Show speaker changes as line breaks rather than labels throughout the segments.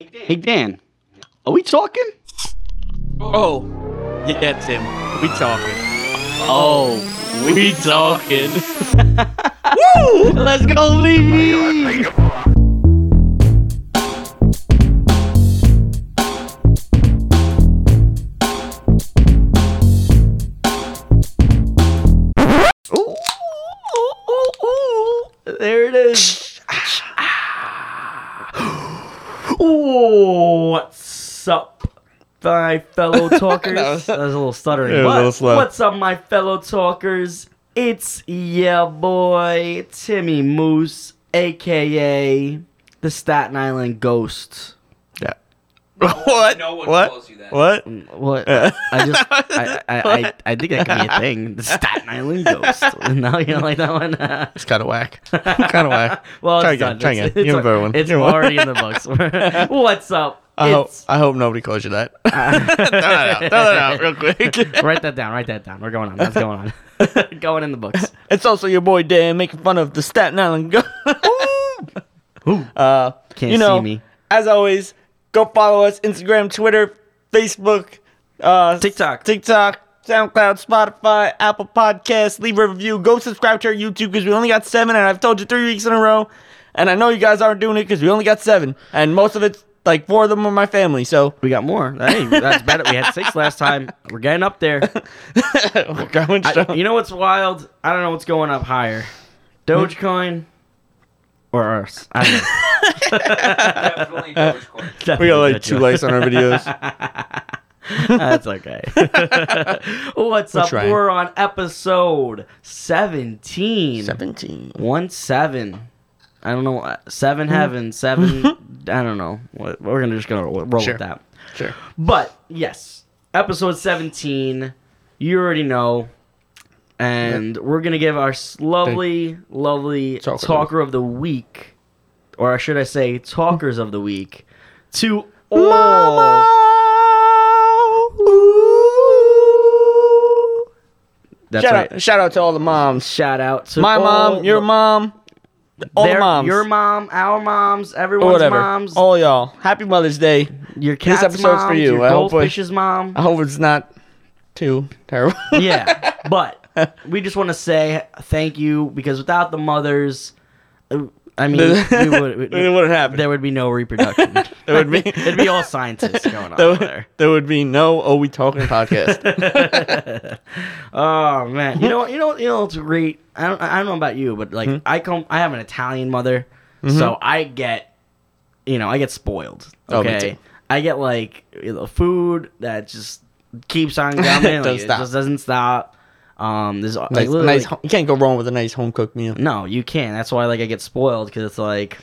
Hey Dan, are we talking?
Oh, yeah, that's him. We talking.
Oh,
We talking.
woo! Let's go, Levy. Ooh, ooh, ooh, ooh, ooh. There it is.
Ooh, what's up, my fellow talkers? that, was, a little stuttering.
It was a
but
little slow.
What's up, my fellow talkers? It's your boy Timmy Moose, aka the Staten Island Ghost.
Yeah. What?
No one
what?
calls you that.
What?
What? I just, I, I, I, I think that could be a thing. The Staten Island Ghost. no, you don't like that one?
It's kind of whack. kind of whack.
well,
Try
it's
again,
done.
try
It's-
again.
It's,
You have a better one.
it's
You have one.
already in the books. what's up?
I hope,
It's-
I hope nobody calls you that. Throw that out. Throw that out real quick.
write that down. Write that down. We're going on. That's going on. going in the books.
it's also your boy Dan making fun of the Staten Island. Go- uh,
Can't
you know,
see me.
As always, go follow us Instagram, Twitter, Facebook, uh,
TikTok.
TikTok, SoundCloud, Spotify, Apple Podcasts. Leave a review. Go subscribe to our YouTube because we only got seven, and I've told you three weeks in a row. And I know you guys aren't doing it because we only got seven, and most of it's like four of them are my family. So
We got more. Hey, that's better. We had six last time. We're getting up there.
we're going
I,
strong.
you know what's wild? I don't know what's going up higher, Hmm? Dogecoin or ours. I don't know.
Definitely Dogecoin.
we got like two likes on our videos.
That's okay. what's up?
trying.
We're on episode seventeen.
Seventeen.
One seven. I don't know. uh, Seven
Mm-hmm.
heaven. Seven. I don't know. What- We're gonna just gonna roll
Sure.
with that.
Sure.
But yes, episode 17, you already know. And we're going to give our s- lovely, lovely
Talker of
talker,
the
of the week, or should I say, talkers of the week, to all. That's
Shout
right.
out! Shout out to all the moms.
Shout out to
My
all
mom, your
the-
mom, all the
their-
moms,
Your mom, our moms,
or
everyone's
whatever.
moms,
All y'all. Happy Mother's Day.
your cat's
episode's for
moms,
you.
your
I hope I-
goldfish's mom.
I hope it's not too terrible.
yeah but we just want to say thank you because without the mothers uh, i mean we would,
it wouldn't happen.
there would be no reproduction
There would be.
it'd be all scientists going on
there,
over
would,
there
there would be no "Oh We Talking" podcast.
oh man you know you know you know it's great i don't i don't know about you but like
Hmm?
i come i have an italian mother
Mm-hmm.
so i get you know i get spoiled
Oh, me
okay
too.
i get like you know, food that just keeps on coming
Don't
like, it
stop.
just doesn't stop um there's like,
nice,
literally,
nice.
like,
ho- you can't go wrong with a nice home cooked meal.
No, you can't. That's why like I get spoiled because it's like,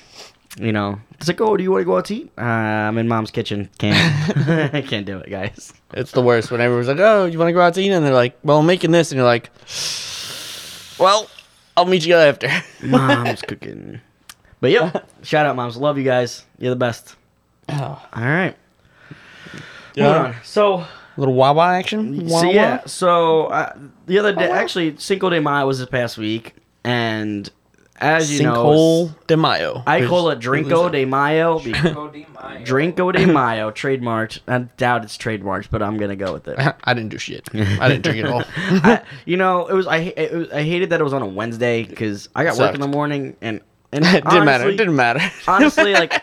you know, it's like, oh, do you want to go out to eat? Uh, I'm in mom's kitchen. Can't, I can't do it, guys.
It's the worst when everyone's like, "Oh, you want to go out to eat?" And they're like, "Well, I'm making this," and you're like, "Well, I'll meet you after."
Mom's cooking. But yep, shout out, moms. Love you guys. You're the best. All right. Moving on. So,
little Wawa action.
so
Wawa?
yeah. So uh, the other day, actually, Cinco de Mayo was this past week, and as you know,
Sinkhole de Mayo.
I call it Drinko de Mayo. be-
Drinko de Mayo.
Drinko de Mayo, trademarked. I doubt it's trademarked, but I'm gonna go with it.
I didn't do shit. I didn't drink at all.
I, you know, it was I ha- it was, I hated that it was on a Wednesday because I got work in
Sucked.
the morning and and
it didn't matter.
honestly-
It didn't matter.
honestly, like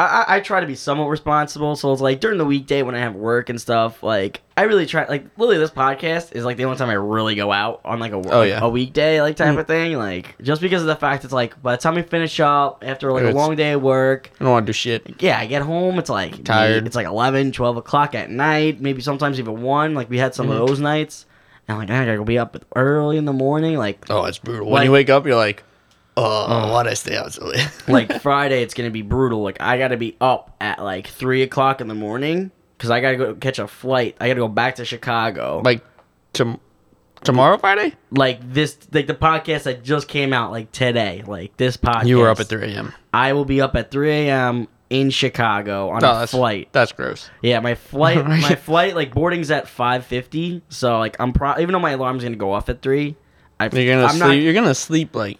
I, I- I try to be somewhat responsible, so it's like during the weekday when I have work and stuff, like I really try. Like literally, this podcast is like the only time I really go out on like a
Oh, yeah. Mm.
a weekday like type of thing. Like just because of the fact it's like by the time we finish up after like a
It's-
long day of work,
I don't want to do shit.
yeah, I get home. It's like
Tired.
eight- It's like 11, 12 o'clock at night. Maybe sometimes even one. Like we had some
Mm.
of those nights. And I'm like, I gotta be up early in the morning. Like,
Oh, it's brutal.
Like-
when you wake up, you're like, oh, why'd I stay out so late?
like Friday, it's gonna be brutal. Like I gotta be up at like three o'clock in the morning because I gotta go catch a flight. I gotta go back to Chicago. Like,
like, tom- tomorrow, Friday?
this, like the podcast that just came out like today. Like this podcast.
You were up at 3 a.m.
I will be up at three a.m. in Chicago on
No,
a
Oh, that's
flight.
That's gross.
Yeah, my flight, my flight, like boarding's at five fifty. So like I'm pro, even though my alarm's gonna go off at three, I,
You're gonna
I'm
sleep.
not.
you're gonna sleep like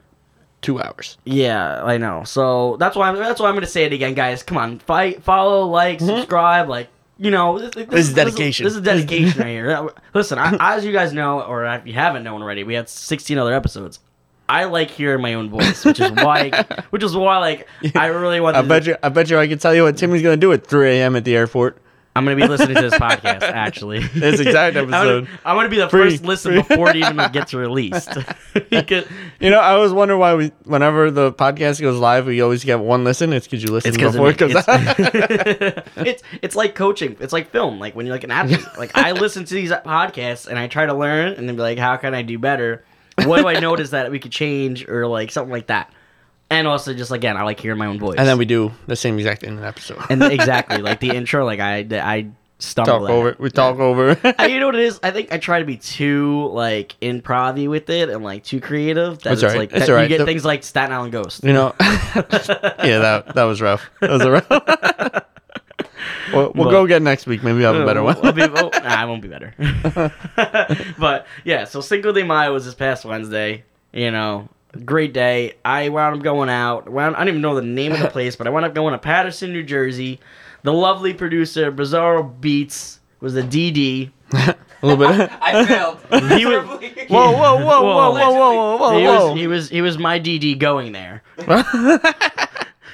two hours.
Yeah, I know. So that's why I'm that's why I'm gonna say it again, guys. Come on, fight, follow, like,
Mm-hmm.
subscribe, like. You know, this,
This is dedication.
This is, dedication right here. Listen, I, as you guys know, or if you haven't known already, we had 16 other episodes. I like hearing my own voice, which is why, which is why, like, I really want.
I
to-
bet you. I bet you. I can tell you what Timmy's gonna do at 3 a.m. at the airport.
I'm gonna be listening to this podcast. Actually,
This exact
I'm gonna-
episode.
I'm gonna be the
Free,
first listen
free.
before it even gets released. Because-
You know, I always wonder why we, whenever the podcast goes live, we always get one listen. It's because you listen
It's because
before it goes out.
it's, it's it's like coaching. It's like film. Like when you're like an athlete. Like I listen to these podcasts and I try to learn and then be like, how can I do better? What do I notice that we could change or like something like that? And also just again, I like hearing my own voice.
and then we do the same exact in an episode.
and exactly like the intro. Like I I stumble
talk
at it.
over. We talk over.
I, you know what it is? I think I try to be too like improv with it and like too creative. That it's
That's all right.
like
That's
that
all
you
right.
get
The-
things like Staten Island Ghost.
you know. yeah, that that was rough. That was a rough. we'll we'll go again next week. Maybe I'll have a better
I'll
one.
be, oh, nah, I won't be better. but yeah, so Cinco de Mayo was this past Wednesday. You know, great day. I wound up going out. Wound, I don't even know the name of the place, but I wound up going to Patterson, New Jersey. The lovely producer Bizarro Beats was the DD.
a little bit.
I failed.
He was-
Terribly.
Whoa, whoa, whoa, whoa, whoa, whoa,
he
Oh, whoa,
was he was he was my DD going there.
whoa, whoa.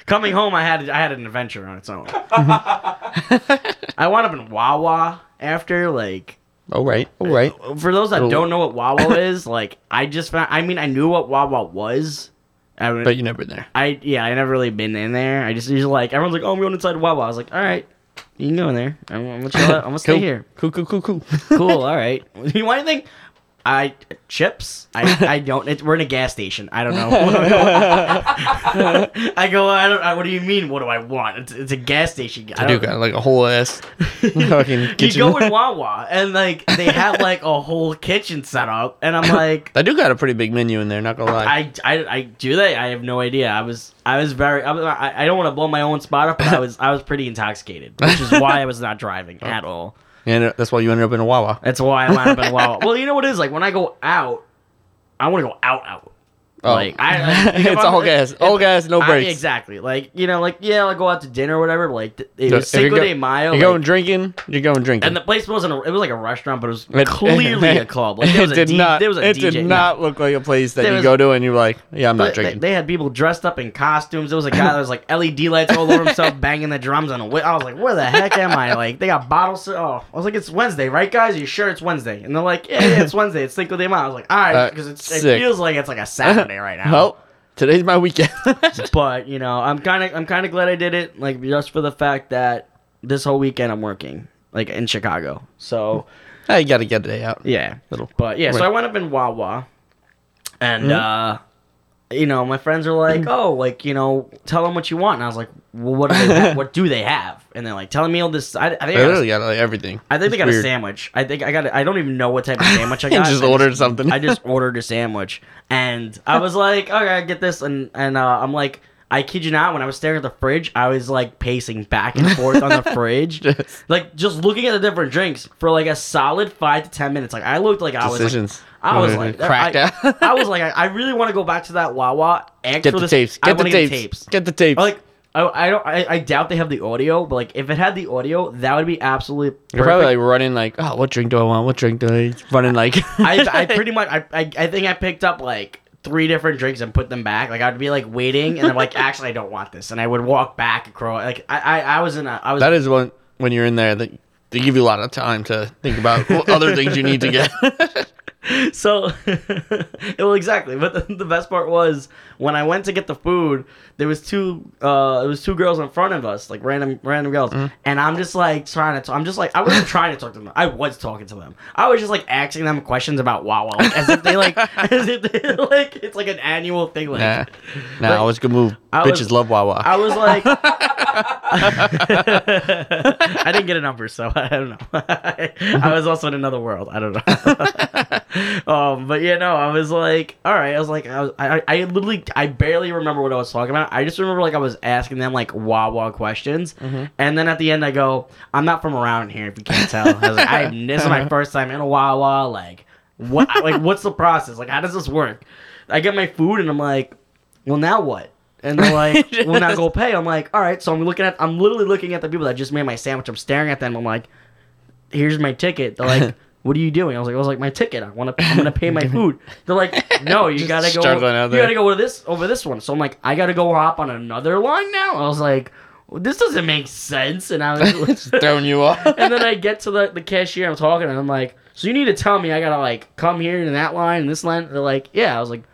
Coming home, I had I had an adventure on its own. I wound up in Wawa after like
all right, all right.
for those that
Oh.
don't know what Wawa is, like I just found. I mean, I knew what Wawa was. I, mean,
But you never been there.
I yeah, I never really been in there. I just usually like everyone's like, oh, I'm going inside Wawa. I was like, all right, you can go in there. I'm, I'm gonna chill out. I'm gonna stay
Cool.
here.
Cool, cool, cool, cool.
Cool. All right. You want anything? I chips. I, I don't. It, we're in a gas station. I don't know. I go. I don't. I, what do you mean? What do I want? It's, it's a gas station. I
I do
don't,
got like a whole ass fucking
you
kitchen.
go in Wawa and like they have like a whole kitchen set up, and I'm like,
I do got a pretty big menu in there. Not gonna lie.
I, I, I do they? I have no idea. I was I was very I, was- I, I don't want to blow my own spot up, but I was I was pretty intoxicated, which is why I was not driving at all.
and uh, that's why you ended up in a Wawa.
That's why I wound up in Wawa. Well, you know what it is like when I go out, I want to go out out.
Oh.
Like I, like, if
it's
I'm-
all gas, all gas, no
I-
breaks.
exactly. Like you know, like yeah, I'll go out to dinner or whatever. But like th- it
So
was
if you're
Cinco
go-
de Mayo.
You're
like-
going drinking. You're going drinking.
and the place wasn't. A, it was like a restaurant, but it was
It-
clearly a club. Like, there was a
it did
D-
not.
There was a
it
DJ.
did
no.
not look like a place that
There
you
was-
go to and you're like, yeah, I'm not
But they-
drinking.
They, had people dressed up in costumes. There was a guy that was like LED lights all over himself, banging the drums on a whip. I was like, where the heck am I? Like, they got bottles. Oh, I was like, it's Wednesday, right, guys? Are you sure it's Wednesday? And they're like, yeah, yeah it's Wednesday. It's Cinco de Mayo. I was like, all right,
Uh,
because it's it
sick.
feels like it's like a Saturday right now.
well, today's my weekend.
But you know, I'm kind of I'm kind of glad I did it. Like, just for the fact that this whole weekend I'm working, like in Chicago. So
I got to get a day out.
yeah,
Little. Hmm?
But yeah, so
Right.
I went up in Wawa, and uh, you know, my friends are
Hmm.
like, "Oh, like you know, tell them what you want." And I was like, "Well, what do they have? what do they have?" And they're like, "Telling me all this." I, I think
They
I, got a,
Oh, really got like everything.
I think they
It's
got a
weird.
sandwich. I think I got. A, I don't even know what type of sandwich I
And
got.
just
I
ordered something.
I just ordered a sandwich, and I was like, "Okay, I get this," and and uh, I'm like. I kid you not, when I was staring at the fridge, I was like pacing back and forth on the fridge.
Just-
like just looking at the different drinks for like a solid five to ten minutes. Like I looked like I was like,
decisions.
I was like,
cracked
I,
out.
I was like, I, I really want to go back to that Wawa. Ask
Get
for
the
this-
tapes.
I
Get the
wanna
tapes.
tapes.
Get the tapes.
Or, Like, I, I don't. I, I doubt they have the audio, but like, if it had the audio, that would be absolutely perfect.
You're probably like running like, oh, what drink do I want? What drink do I running like?
I, I pretty much. I, I, I think I picked up like three different drinks and put them back. Like I'd be like waiting, and I'm like, actually, I don't want this, and I would walk back across. Like I, I, I was in a. I was.
that is one when you're in there that they give you a lot of time to think about what other things you need to get.
So, well, exactly. But the, the best part was when I went to get the food, there was two, uh, it was two girls in front of us, like random, random girls, and I'm just like trying to, i I'm just like, I wasn't trying to talk to them. I was talking to them. I was just like asking them questions about Wawa, like, as if they like, as if they like, it's like an annual thing. Like,
nah, nah, I was gonna move.
I
Bitches
was-
love Wawa.
I was like, I didn't get a number, so I don't know. I was also in another world. I don't know. um, but yeah, no, I was like, all right. I was like, I, was, I, I I literally, I barely remember what I was talking about. I just remember like I was asking them like Wawa questions, and then at the end I go, I'm not from around here. If you can't tell, I was like, I am, this is my first time in a Wawa. Like, what? Like, what's the process? Like, how does this work? I get my food and I'm like, well, now what? And they're like, well, now go pay. I'm like, all right. So I'm looking at, I'm literally looking at the people that just made my sandwich. I'm staring at them. I'm like, here's my ticket. They're like, what are you doing? I was like, I was like, my ticket. I want to, I'm gonna pay my food. They're like, no, you
Just
gotta go.
struggling out
You
there.
gotta go to this over this one. So I'm like, I gotta go hop on another line now. I was like, well, this doesn't make sense. And I was
Throwing you off.
and then I get to the, the cashier, I'm talking, and I'm like, so you need to tell me I gotta like come here in that line and this line. They're like, yeah. I was like,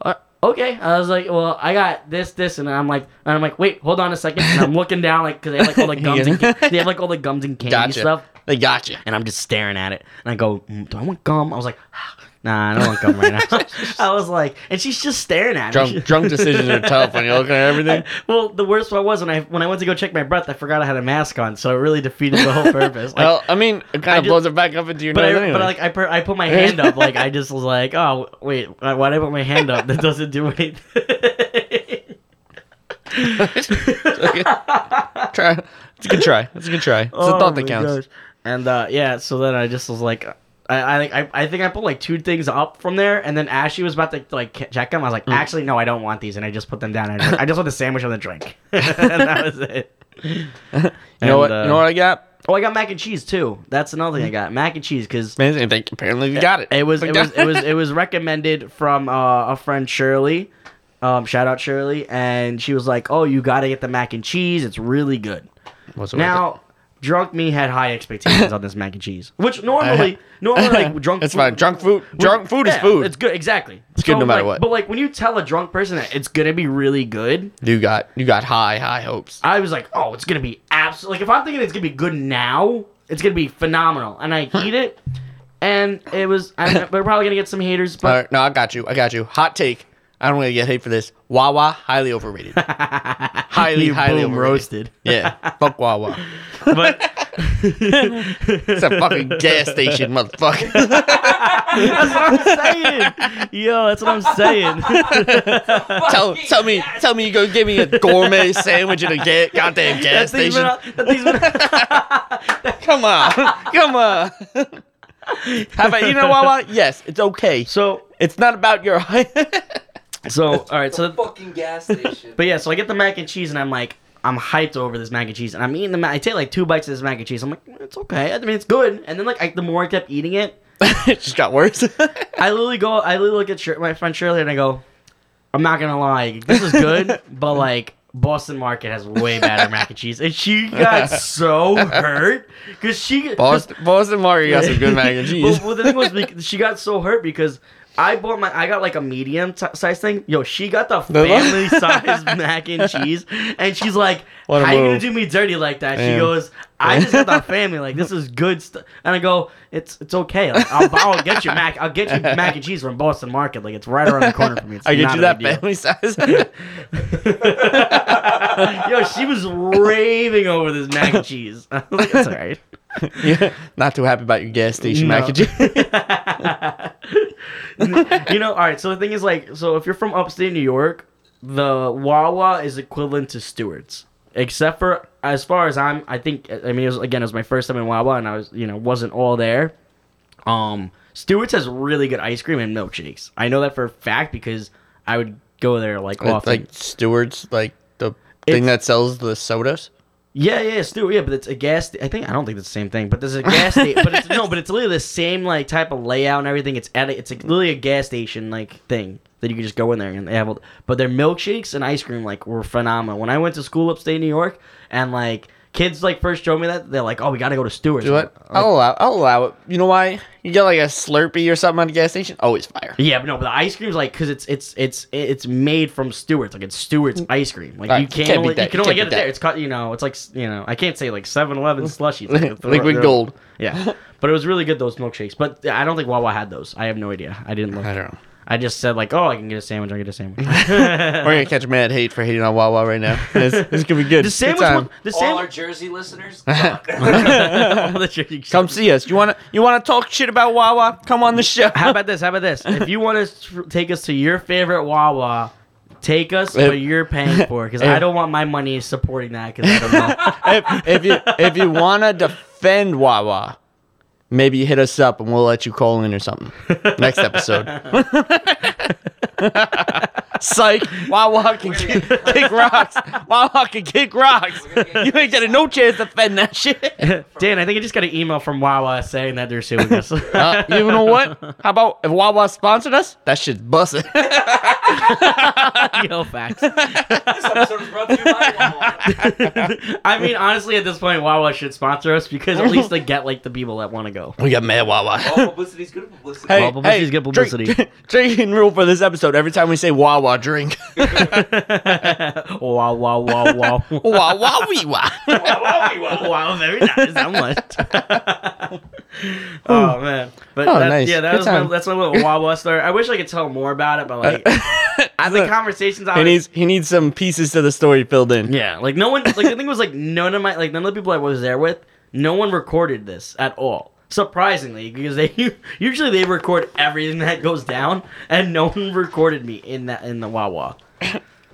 uh, okay. I was like, well, I got this, this, and I'm like, and I'm like, wait, hold on a second. And I'm looking down, like, cause they have like all the gums, and ca- they have like all the gums and candy
Gotcha.
stuff,
They got you.
and I'm just staring at it, and I go, mm, do I want gum? I was like. Nah, I don't want gum right now. I was like, and she's just staring at me.
Drunk, drunk decisions are tough when you're looking at everything.
well, the worst part was when I when I went to go check my breath, I forgot I had a mask on, so it really defeated the whole purpose. Like,
well, I mean, it kind
just-
of blows it back up into your
But I,
nose Oh, anyway.
but like I, per, I put my hand up, like I just was like, oh wait, why why did I put my hand up? That doesn't do anything.
try. It's a good try. It's a good try. It's a
Oh
thought that
my
counts.
gosh. And uh, yeah, so then I just was like, I, I think I, I think I put like two things up from there, and then Ashley was about to like ca- check them. I was
Mm.
like, actually, no, I don't want these, and I just put them down. And I, drank- I just want the sandwich and the drink, and that was it.
You know
And,
what?
uh,
you know what I got?
Oh, I got mac and cheese too. That's another thing I got mac and cheese because
Man, I think apparently we got it.
It was
We
it
got
was it was it was recommended from uh, a friend Shirley. Um, shout out Shirley, and she was like, "Oh, you got to get the mac and cheese. It's really good."
Was it worth
Now, drunk me had high expectations on this mac and cheese, which normally normally like
it?
drunk.
It's fine. Drunk food. Drunk food is
Yeah,
food.
It's good, exactly. It's
good no matter
like,
what.
But like when you tell a drunk person that it's gonna be really good,
you got you got high high hopes.
I was like, oh, it's gonna be absolutely. Like if I'm thinking it's gonna be good now, it's gonna be phenomenal, and I eat it, and it was. I, we're probably gonna get some haters, but
All right, no, I got you. I got you. Hot take. I don't really get hate for this. Wawa highly overrated. highly
You
highly
boom,
overrated.
roasted.
Yeah, fuck Wawa.
But
It's a fucking gas station, motherfucker.
that's what I'm saying. Yo, that's what I'm saying.
tell tell me tell me you go give me a gourmet sandwich at a ga- goddamn
That
gas
thing's been
station.
on, that thing's been
Come on, come on. How about you know Wawa? Yes, it's okay.
so
It's not about your.
so. All right,
The
so
fucking gas station.
but yeah, so I get the mac and cheese, and I'm like, I'm hyped over this mac and cheese, and I'm eating the. Ma- I take like two bites of this mac and cheese. I'm like, it's okay. I mean, it's good. And then like, I, the more I kept eating it,
it just got worse.
I literally go. I literally look at Shir- my friend Shirley, and I go, I'm not gonna lie, this is good, but like. Boston Market has way better mac and cheese, and she got so hurt because she 'cause-
Boston, Boston Mario got some good mac and cheese.
well, well, the thing was, bec- she got so hurt because I bought my, I got like a medium t- size thing. Yo, she got the
The-
family size mac and cheese, and she's like, "How
What a
you gonna
move.
do me dirty like that?" She
Damn.
goes, "I just got the family. Like this is good stuff." And I go, "It's it's okay. Like, I'll, I'll get you mac. I'll get you mac and cheese from Boston Market. Like it's right around the corner for me. It's
I get
not
you
a
that
big deal."
family size.
Yo, she was raving over this mac and cheese. I was like, "It's all right."
Yeah, not too happy about your gas station
No.
mac and cheese.
you know, all right. So the thing is, like, so if you're from upstate New York, the Wawa is equivalent to Stewart's, except for as far as I'm, I think. I mean, it was, again, it was my first time in Wawa, and I was, you know, wasn't all there. Um, Stewart's has really good ice cream and milkshakes. I know that for a fact because I would go there like
It's
often.
like Stewart's, like the thing
It's-
that sells the sodas.
Yeah, yeah, it's still yeah, but it's a gas. sta- I think I don't think it's the same thing, but there's a gas station. But it's no, but it's literally the same like type of layout and everything. It's at a, it's like, literally a gas station like thing that you can just go in there and they have. All, but their milkshakes and ice cream like were phenomenal. When I went to school upstate New York and like kids like first showed me that they're like, oh, we gotta go to Stewart's. Oh,
You know what? I'll allow. I'll allow it. You know why? You get like a Slurpee or something at a gas station. Always fire.
Yeah, but no, but the ice cream's like because it's it's it's it's made from Stewart's, like it's Stewart's ice cream. Like
Mm. Right,
you can't,
can't beat
only,
that,
you can
you
only
can't
get it
beat
there.
that.
It's cut, you know, it's like s- you know, I can't say like 7-Eleven slushies, like, they're-
Liquid
they're-
gold.
Yeah, but it was really good those milkshakes. But I don't think Wawa had those. I have no idea. I didn't look.
I don't know.
I just said like, oh, I can get a sandwich. I get a sandwich.
We're gonna catch mad hate for hating on Wawa right now. This, this is gonna be good.
The sandwich.
Good time.
one, the
All our
sandwich.
Jersey listeners, fuck.
All the jerky-
Come see us. You wanna you wanna talk shit about Wawa? Come on the show.
How about this? How about this? If you want to take us to your favorite Wawa. Take us,
If-
but you're paying for it because I don't want my money supporting that because I don't know.
if, if you if you wanna defend Wawa, maybe hit us up and we'll let you call in or something. Next episode. Psych. Wawa can
We're
kick,
gonna-
kick rocks. Wawa can kick rocks.
We're gonna get-
You ain't got a no chance defending that shit.
Dan, I think I just got an email from Wawa saying that they're suing us.
Uh, you know what? How about if Wawa sponsored us? That shit's busted.
Yo, facts.
This episode was brought to you by Walmart.
I mean, honestly, at this point, Wawa should sponsor us because at least they get like the people that want to go.
we got mad Wawa.
All publicity's good publicity.
Hey,
Well, publicity's
hey,
good publicity.
Drink, drinking rule for this episode: every time we say Wawa, drink.
wow, wow, wow, wow.
Wawa wee wah.
wow, very nice. I'm lit. oh man, but
Oh,
that's,
nice.
yeah, that
Good
was my,
time.
that's my little Wawa story. I wish I could tell more about it, but like the conversations I
he
was
needs he needs some pieces to the story filled in.
Yeah, like no one. Like the thing was like none of my like none of the people I was there with, no one recorded this at all. Surprisingly, because they usually they record everything that goes down, and no one recorded me in that in the Wawa.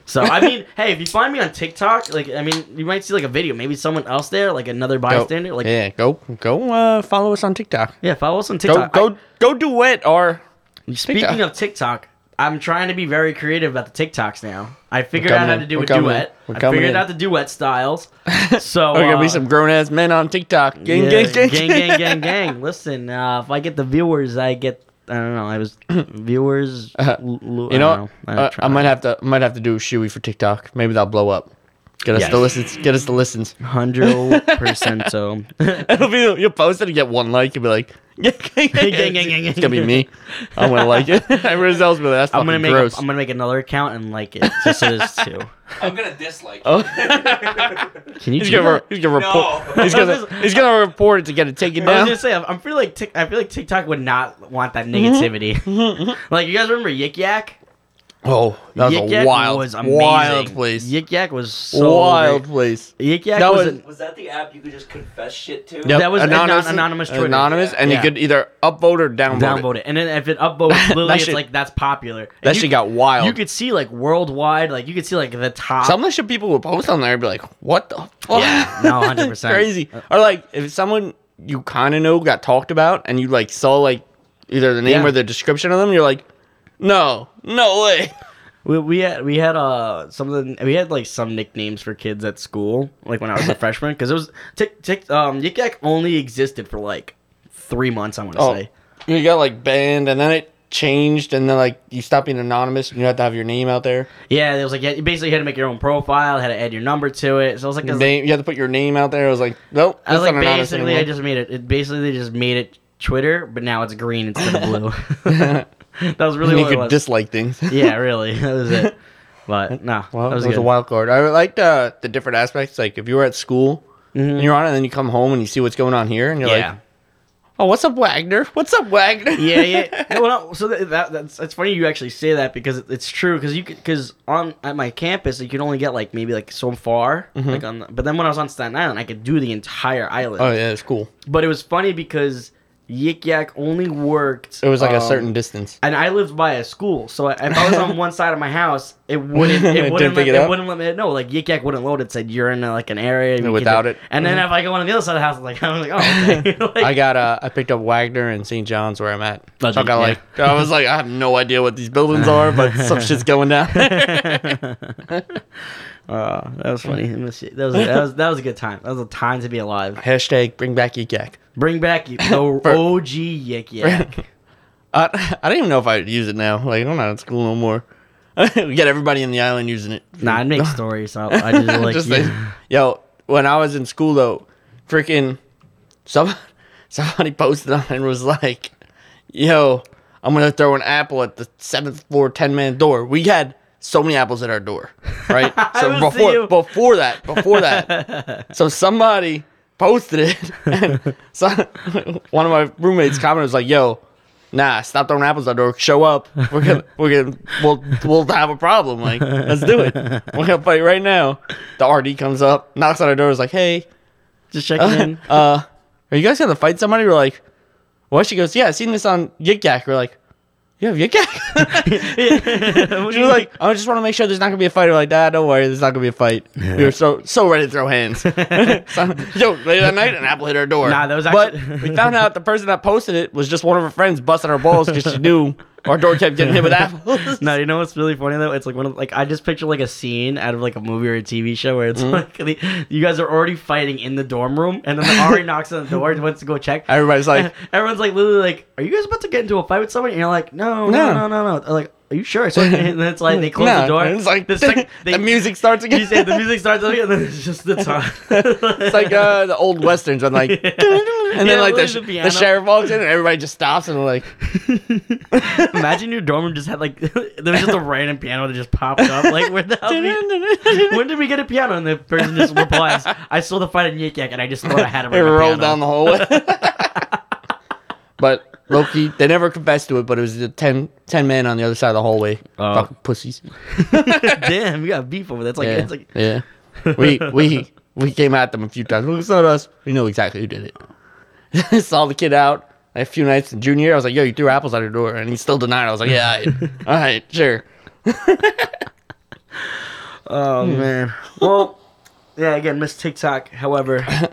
So I mean, hey, if you find me on TikTok, like I mean, you might see like a video, maybe someone else there, like another bystander, like yeah,
yeah, go go uh, follow us on TikTok.
follow us on
Go
TikTok.
go go do it or
I- speaking
TikTok.
of TikTok, I'm trying to be very creative about the TikToks now. I figured out
coming
how
in.
to do
We're
a
coming in.
duet.
We're
I
coming
figured
in.
out the duet styles. So
we're gonna be
uh,
some grown ass men on TikTok. Gang,
Yeah,
gang, gang,
gang, gang, gang, gang. Listen, uh, if I get the viewers, I get. I don't know. I was viewers. l- l-
Uh, You
I
know,
don't
I,
I'll
uh,
try.
I might have to might have to do a shoey for TikTok. Maybe that'll blow up. Get us
Yes.
the listens. Get us the listens.
hundred percent. So
It'll be you'll post it and get one like. You'll be like, gang, gang, gang,
gang, gang, gang.
It's gonna be me. I'm gonna like it. Everyone else will be like, that's
I'm gonna
fucking
make.
gross.
A, I'm gonna make another account and like it. Just so there's two.
I'm gonna dislike.
Oh.
it.
Can you
He's
do
gonna,
that?
re- he's gonna
No.
report. He's gonna, he's gonna report it to get it taken
I was
down.
gonna say, I'm I'm feel like Tik- I feel like TikTok would not want that
Mm-hmm.
negativity. like you guys remember Yik Yak?
Oh, that was
Yik
a
Yak
wild,
was amazing.
wild place.
Yik Yak was so
wild
wild.
place.
Yik Yak
That
was,
was-
an-
Was that the app you could just confess shit to?
Yep.
that was anonymous, anonymous Twitter.
anonymous, and
Yeah.
you could either upvote or downvote.
download it. and then if it upvoads, literally, it's
shit-
like that's popular. And
it. That
you,
shit got wild.
You could see like worldwide, like you could see like the top.
Some of the shit people would post on there and be like, "What the fuck?"
Yeah, no, 100%.
crazy. Or like if someone you kind of know got talked about, and you like saw like either the name
Yeah.
or the description of them, you're like, "No, no way."
we, we had we had uh some of the we had like some nicknames for kids at school, like when I was a freshman, because it was tick tick um Yik Yak only existed for like three months. I want to
Oh.
say.
You got like banned, and then it changed, and then like you stopped being anonymous, and you had to have your name out there.
Yeah, it was like yeah, you basically had to make your own profile, had to add your number to it. So I was like, I
Your
was like,
name, you had to put your name out there. I was like, "Nope."
I was
that's
like
not anonymous
basically I
anymore.
just made it. It basically they just made it Twitter, but now it's green instead of blue. that was really what
And you
it
could
was.
dislike things.
yeah, really. That was it. But no,
Well,
that was,
it was
good.
a wild card. I liked uh, the different aspects. Like if you were at school and you're on it, and then you come home and you see what's going on here, and you're
Mm-hmm. yeah.
like, "Oh, what's up, Wagner? What's up, Wagner?"
yeah, yeah. No, well, no, so that, that that's it's funny you actually say that because it- it's true because you because on at my campus you can only get like maybe like so far like on the, but then when I was on Staten Island I could do the entire island
Mm-hmm. Oh yeah, it's cool.
but it was funny because Yik Yak only worked
It was like a
um,
certain distance.
and I lived by a school, so if I was on one side of my house, it wouldn't
It
it
didn't
wouldn't let,
pick it
it,
up?
wouldn't let me know. Like Yik Yak wouldn't load it. Said you're in uh, like an area you
Without
can't-
it. Mm-hmm.
And then if I go on the other side of the house, like I'm like oh, okay. Like,
I got uh, I picked up Wagner and St. John's where I'm at. So I
That's
got
it, yeah.
like I was like I have no idea what these buildings are, but some shit's going down.
Oh, that was funny. I miss you. That was, that was that was a good time. That was a time to be alive.
Hashtag bring back Yik Yak.
Bring back you the
For-
OG Yik Yak.
I, I don't even know if I'd use it now. Like I'm not at school no more. we get everybody in the island using it.
nah, I make stories. So I just like
Just
you.
like- yo, when I was in school though, freaking some somebody posted on it and was like, "Yo, I'm gonna throw an apple at the seventh floor ten man door." We had so many apples at our door, right? So
was
before
you.
before that, before that, so somebody posted it, and so, one of my roommates commented was like, "Yo." Nah, stop throwing apples at our door. Show up. We're gonna, we're gonna, we'll, we'll have a problem. Like, let's do it. We're gonna fight right now. The RD comes up, knocks on our door, is like, "Hey,
just checking in.
uh, are you guys gonna fight somebody? We're like, what? She goes, yeah, I seen this on Yik Yak. We're like, you have Yik Yak? she was like, I just want to make sure there's not gonna be a fight. We're like, nah, don't worry, there's not gonna be a fight. We were so so ready to throw hands. So, later that night, an apple hit our door.
Nah, that was
But
actually-
we found out the person that posted it was just one of her friends busting her balls because she knew
Our door kept getting hit with apples.
No, you know what's really funny though? It's like one of like I just picture like a scene out of like a movie or a TV show where
Mm.
it's like the, you guys are already fighting in the dorm room, and then Ari knocks on the door and wants to go check.
Everybody's like,
And everyone's like literally like, "Are you guys about to get into a fight with someone?" And you're like, "No, no, no,
No.
no, no." They're like, "Are you sure?" So, and then it's like they close
No,
the door.
It's like
the sec- they,
the music starts
You
again.
say the music starts up, and then it's just the time.
it's like uh, the old westerns. I'm like,
Yeah.
and then
Yeah,
like the,
literally
sh-
the
the
piano.
sheriff walks in and everybody just stops and they're like,
Imagine your dorm room just had like there was just a random piano that just popped up. Like where the hell? did we- when did we get a piano? And the person just replies, I saw the fight in Yik Yak and I just thought I had a
it rolled
piano.
down the hallway. but Loki, they never confessed to it, but it was the 10, 10 men on the other side of the hallway.
Oh.
Fucking pussies.
Damn, you got beef over that's like
yeah,
it's like
yeah. We we we came at them a few times. Well, it's not us. We know exactly who did it. Saw the kid out a few nights in junior year. I was like, "Yo, you threw apples at her door," and he still denied. it. I was like, "Yeah, all right, all right sure."
Oh man. Well yeah, again, Miss TikTok, however,
Uh-huh.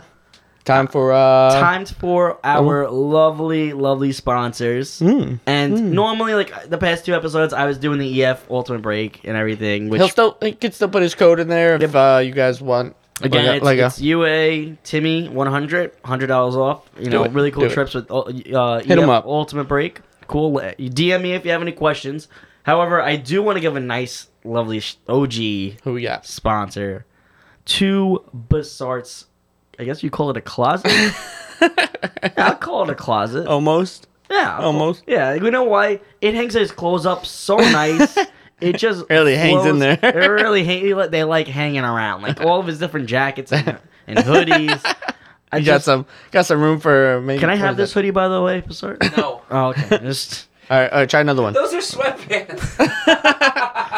Time for uh.
timed for
Uh-huh.
our lovely, lovely sponsors.
Hmm.
And normally, like the past two episodes, I was doing the EF Ultimate Break and everything, which
He'll still he could still put his code in there if uh, you guys want.
Again,
like, a-
it's,
like uh, a-
it's UA Timmy 100, $100 off. You know,
it,
really cool
do it.
trips with uh,
Hit 'em
EF
up.
Ultimate Break. Cool. Uh, you DM me if you have any questions. However, I do want to give a nice, lovely sh- OG
who we got?
sponsor to Basart's. I guess you call it a closet. Yeah, I'll call it a closet.
Almost.
yeah, I'll call-
almost.
yeah, you know why? It hangs his clothes up so nice. It just
Really hangs in there.
it really hang, they like hanging around, like all of his different jackets and, and hoodies. I
You got
just,
some got some room for maybe.
can I
what
have
is
this
it?
hoodie by the way, Passart?
No.
Oh, okay. Just
All right, all right, try another one.
Those are sweatpants.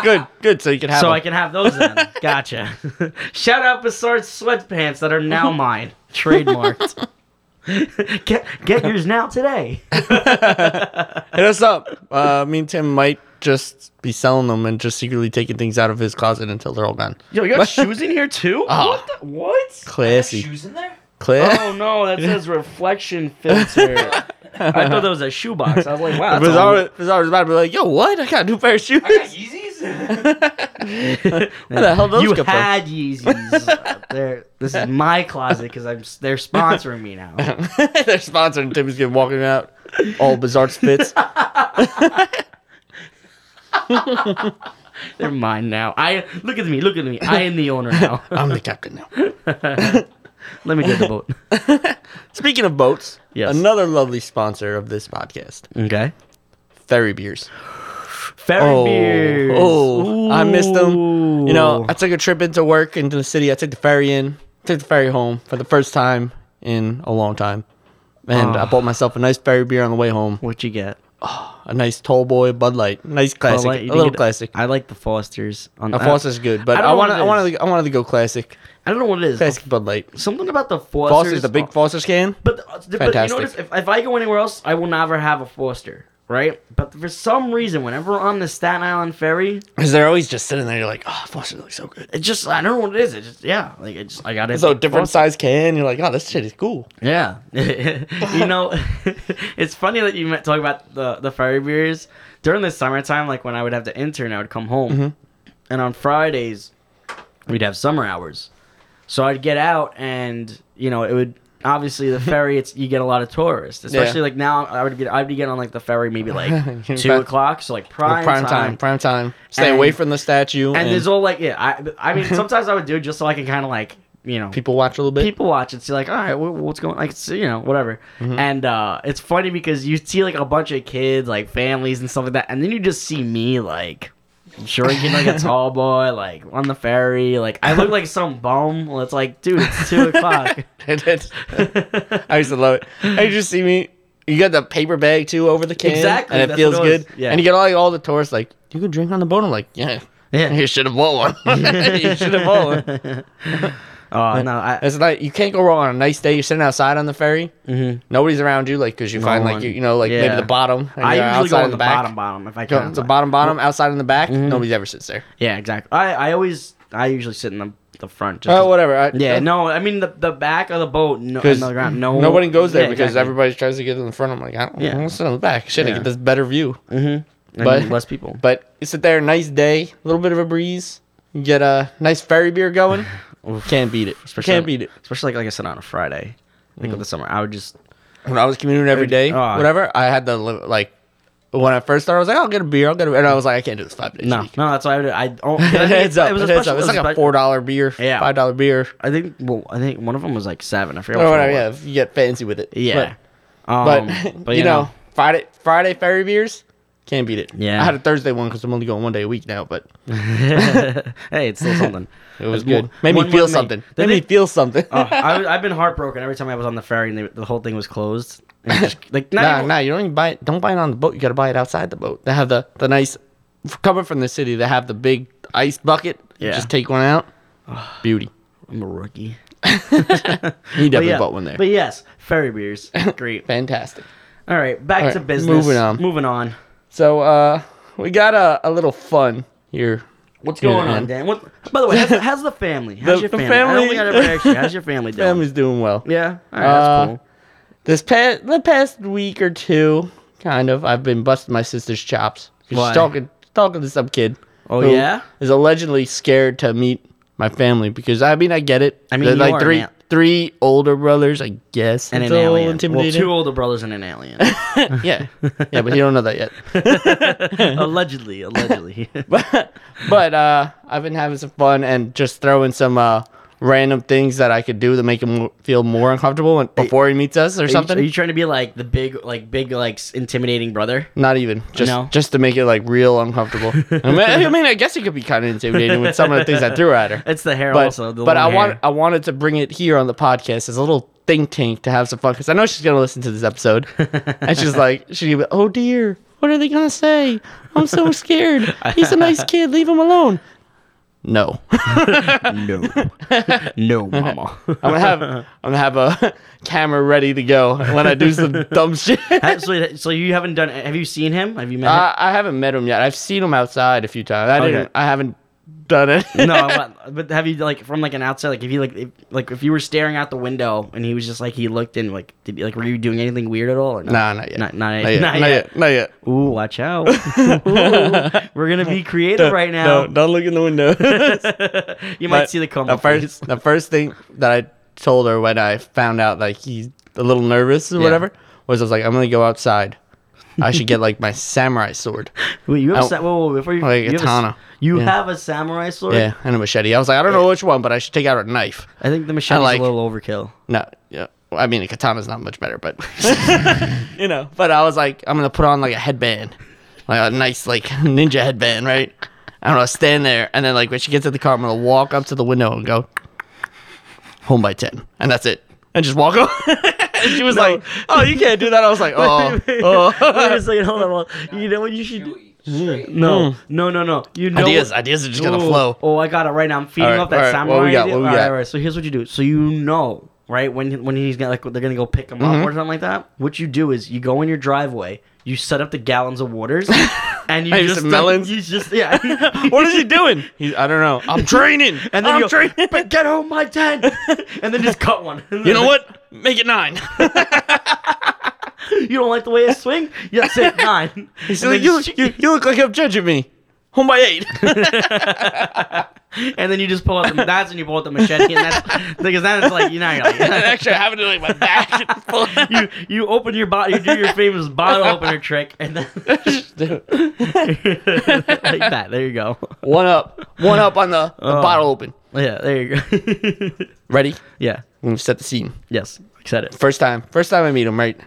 Good, good. So you can have.
so
them.
I can have those then. Gotcha. Shout out Passart's sweatpants that are now mine, trademarked. get get yours now today.
Hit us up. Uh, me and Tim might just be selling them and just secretly taking things out of his closet until they're all gone.
Yo, you got shoes in here too?
Oh.
What? The, what?
Classy,
Shoes in there?
classy.
Oh no, that says reflection filter. I thought that was a shoebox. I was like, wow, that's all-
Bizarre, Bizarre was about to be like, "Yo, what? I got a new pair of shoes."
I got Yeezys?
Where the hell those
you
come from?
had Yeezys. They're, this is my closet because I'm. s- They're sponsoring me now.
They're sponsoring Tim's getting walking out. All bizarre spits.
They're mine now. I look at me. Look at me. I am the owner now.
I'm the captain now.
Let me get the boat.
Speaking of boats,
Yes.
another lovely sponsor of this podcast,
Okay.
Ferry Beers.
Ferry beers.
oh, I missed them. You know,
Ooh.
I took a trip into work into the city. I took the ferry in, took the ferry home for the first time in a long time. And I
Ah.
bought myself a nice ferry beer on the way home.
what you get?
A nice tall boy Bud Light, nice classic,
Bud Light, you
a
didn't
little
get-
classic.
I like the Fosters. On
A Foster's good, but
Uh, I don't
I
know
want to,
what
I
it
want
is.
to, I wanted to go classic,
I don't know what it is.
classic Bud Light.
Something about the Fosters.
Foster's the big Foster's can.
But, uh, the, but you
Fantastic.
notice if, if I go anywhere else, I will never have a Foster, right? But for some reason, whenever we're on the Staten Island ferry,
Because they're always just sitting there. You're like, oh, Foster's looks so good.
it just I don't know what it is. It just yeah, like it just I got it.
It's a different size can. You're like, oh, this shit is cool.
Yeah, you know, it's funny that you talk about the the ferry beers during the summertime. Like when I would have to intern, I would come home, and on Fridays we'd have summer hours. So I'd get out, and you know, it would obviously the ferry. It's you get a lot of tourists, especially like now. I would get I'd be getting on like the ferry maybe like two
Back-
o'clock, so like prime,
prime
time.
time, prime time. Stay away
And-
from the statue.
And there's all like yeah, I I mean sometimes I would do it just so I can kind of like you know
people watch a little bit.
people watch and see like all right wh- what's going like it's, you know whatever
Mm-hmm.
and uh it's funny because you see like a bunch of kids like families and stuff like that and then you just see me like drinking like a tall boy like on the ferry like i look like some bum well it's like dude it's two o'clock
I used to love it. And you just see me. You got the paper bag too over the can,
Exactly,
and it
that's
feels
what it was.
good.
Yeah.
And you get all, like, all the tourists like, you can drink on the boat. I'm like, yeah,
yeah
you should have bought one. you should have bought one.
oh no i
It's like you can't go wrong on a nice day. You're sitting outside on the ferry.
mhm.
Nobody's around you, like because you
No
find
one.
like you, you know like
Yeah.
maybe the bottom. and
i
you're
usually
outside
go
in
on the,
back.
bottom bottom if i
Go
can
to the bottom, bottom, outside in the back.
Mm-hmm.
Nobody ever sits there.
yeah exactly i i always i usually sit in the, the front just
Oh,
'cause-
whatever. I,
yeah, no, I mean the the back of the boat, no,
Because
on the ground, no,
nobody goes there
Yeah,
because
exactly.
everybody tries to get in the front. I'm like, I don't
Yeah.
want to sit on the back. Shit, I
Yeah.
get this better view.
Mm-hmm. I
But-
mean, less people.
But you sit there, nice day, a little bit of a breeze. You get a nice ferry beer going. Can't beat it. Can't beat it. Mm-hmm.
Especially like, like I said on a Friday, like of the summer. I would just
When I was commuting every day,
Oh.
whatever, I had the li- like. When I first started, I was like, "I'll get a beer, I'll get a," beer. and I was like, "I can't do this five days." a
no,
week.
no. That's why I would, I don't.
it heads up.
It was a
it heads
special.
up. It's
it was
like a
spe-
four dollar beer,
Yeah.
five dollar beer,
I think. Well, I think one of them was like seven. I forget.
or
which one
Oh, whatever.
it
Yeah,
was.
if you get fancy with it.
Yeah.
but,
Um,
but, you know, Friday Friday ferry beers can't beat it.
Yeah.
I had a Thursday one because I'm only going one day a week now, but
hey, it's still something.
it was
That's more-
good. Made
one
me
more
feel
than me.
something.
They
Made me
did-
feel something.
Oh, I, I've been heartbroken every time I was on the ferry and they, the whole thing was closed. And it just, like not
nah,
even-
nah, you don't even buy it. Don't buy it on the boat. You gotta buy it outside the boat. They have the the nice coming from the city. They have the big ice bucket. You
Yeah.
Just take one out. Beauty.
I'm a rookie.
He
But
definitely
yeah,
bought one there.
But yes, ferry beers, great.
Fantastic.
All right, back
All
to
right,
business.
moving on.
Moving on.
So uh, we got a, a little fun here.
What's
Yeah,
going on,
man.
Dan? What, by the way, how's, how's the family? How's
The-
your
the
family? I don't think I
family-
ever asked you. How's your family doing?
Family's doing well.
Yeah, all right,
Uh,
that's cool.
This past the past week or two, kind of, I've been busting my sister's chops. She's
Why?
talking talking to some kid.
Oh,
who
yeah?
Is allegedly scared to meet my family because I mean I get it.
I mean,
They're
you
like
are an
three
al-
three older brothers, I guess.
And
It's
an
a little
alien. Well,
intimidating.
two older brothers and an alien.
yeah, yeah, but you don't know that yet.
allegedly, allegedly.
But uh, I've been having some fun and just throwing some uh, random things that I could do to make him feel more uncomfortable when, before he meets us or
Are you-
something.
Are you, trying to be like the big, like big, like s- intimidating brother?
Not even just
No.
just to make it like real uncomfortable. I, mean, I mean, I guess it could be kind of intimidating with some of the things I threw at her.
It's the hair
But
also. The
but I
long
want
hair.
I wanted to bring it here on the podcast as a little think tank to have some fun because I know she's gonna listen to this episode and she's like she be oh dear what are they gonna say I'm so scared he's a nice kid leave him alone no
no, no, mama.
I'm gonna have I'm gonna have a camera ready to go when I do some dumb shit.
Ha- so, so you haven't done? Have you seen him? Have you met
I, I haven't met him yet. I've seen him outside a few times. I didn't.
Okay.
I haven't done it.
him? No, I want- but have you like from like an outside? Like if you like if, like if you were staring out the window and he was just like he looked in like did like were you doing anything weird at all? Or no?
Nah, not yet.
Not, not,
Not yet. Not yet. Not yet.
Ooh, watch out! Ooh, we're gonna be creative right now.
Don't, don't look in the window.
you might see the come.
the
up
first, the first thing that I told her when I found out like he's a little nervous or whatever was I was like, I'm gonna go outside. I should get like my samurai sword,
Wait, you have
Oh.
a sa- whoa, whoa, whoa, before you,
like a
you have
katana.
A, you
Yeah.
have a samurai sword.
yeah, and a machete. I was like, I don't know which one, but I should take out a knife.
I think the machete's
like-
a little overkill.
No, yeah. Well, I mean, a katana's not much better, but you know. But I was like, I'm gonna put on like a headband, like a nice like ninja headband, right? I'm gonna stand there, and then like when she gets in the car, I'm gonna walk up to the window and go home by ten, and that's it, and just walk up. and she was like, "Oh, you can't do that." I was like, "Oh,
Wait
oh."
a second, hold on, hold on. You know what you should do?
Chewy, straight.
No, no, no, no. You know
Mm. ideas,
what-
ideas are just gonna
Ooh,
flow.
Oh, I got it right now. I'm feeding
All right,
off that
all right,
samurai.
what we got,
idea.
what we
All right,
got?
all right. So here's what you do. So you know, right? When when he's gonna like they're gonna go pick him
Mm-hmm.
up or something like that. What you do is you go in your driveway. You set up the gallons of waters, and you
Maybe
just
some melons?
You just yeah.
What is he doing? He's, I don't know. I'm training,
And then
I'm
you go, but get home my ten, and then just cut one.
You know what? Make it nine.
You don't like the way I swing? Yes, it nine.
He's
And
like,
then
you,
just-
you, you look like you're judging me. Home by eight.
and then you just pull out the that's when you pull out the machete and that's because then it's like you know you're
and
like
actually, I have it in like my back.
you you open your bottle you do your famous bottle opener trick and then like that there you go
one up, one up on the, the
Oh.
bottle open.
yeah there you go
Ready?
yeah
Let me set the scene.
yes said it
First time, first time I meet him. Right?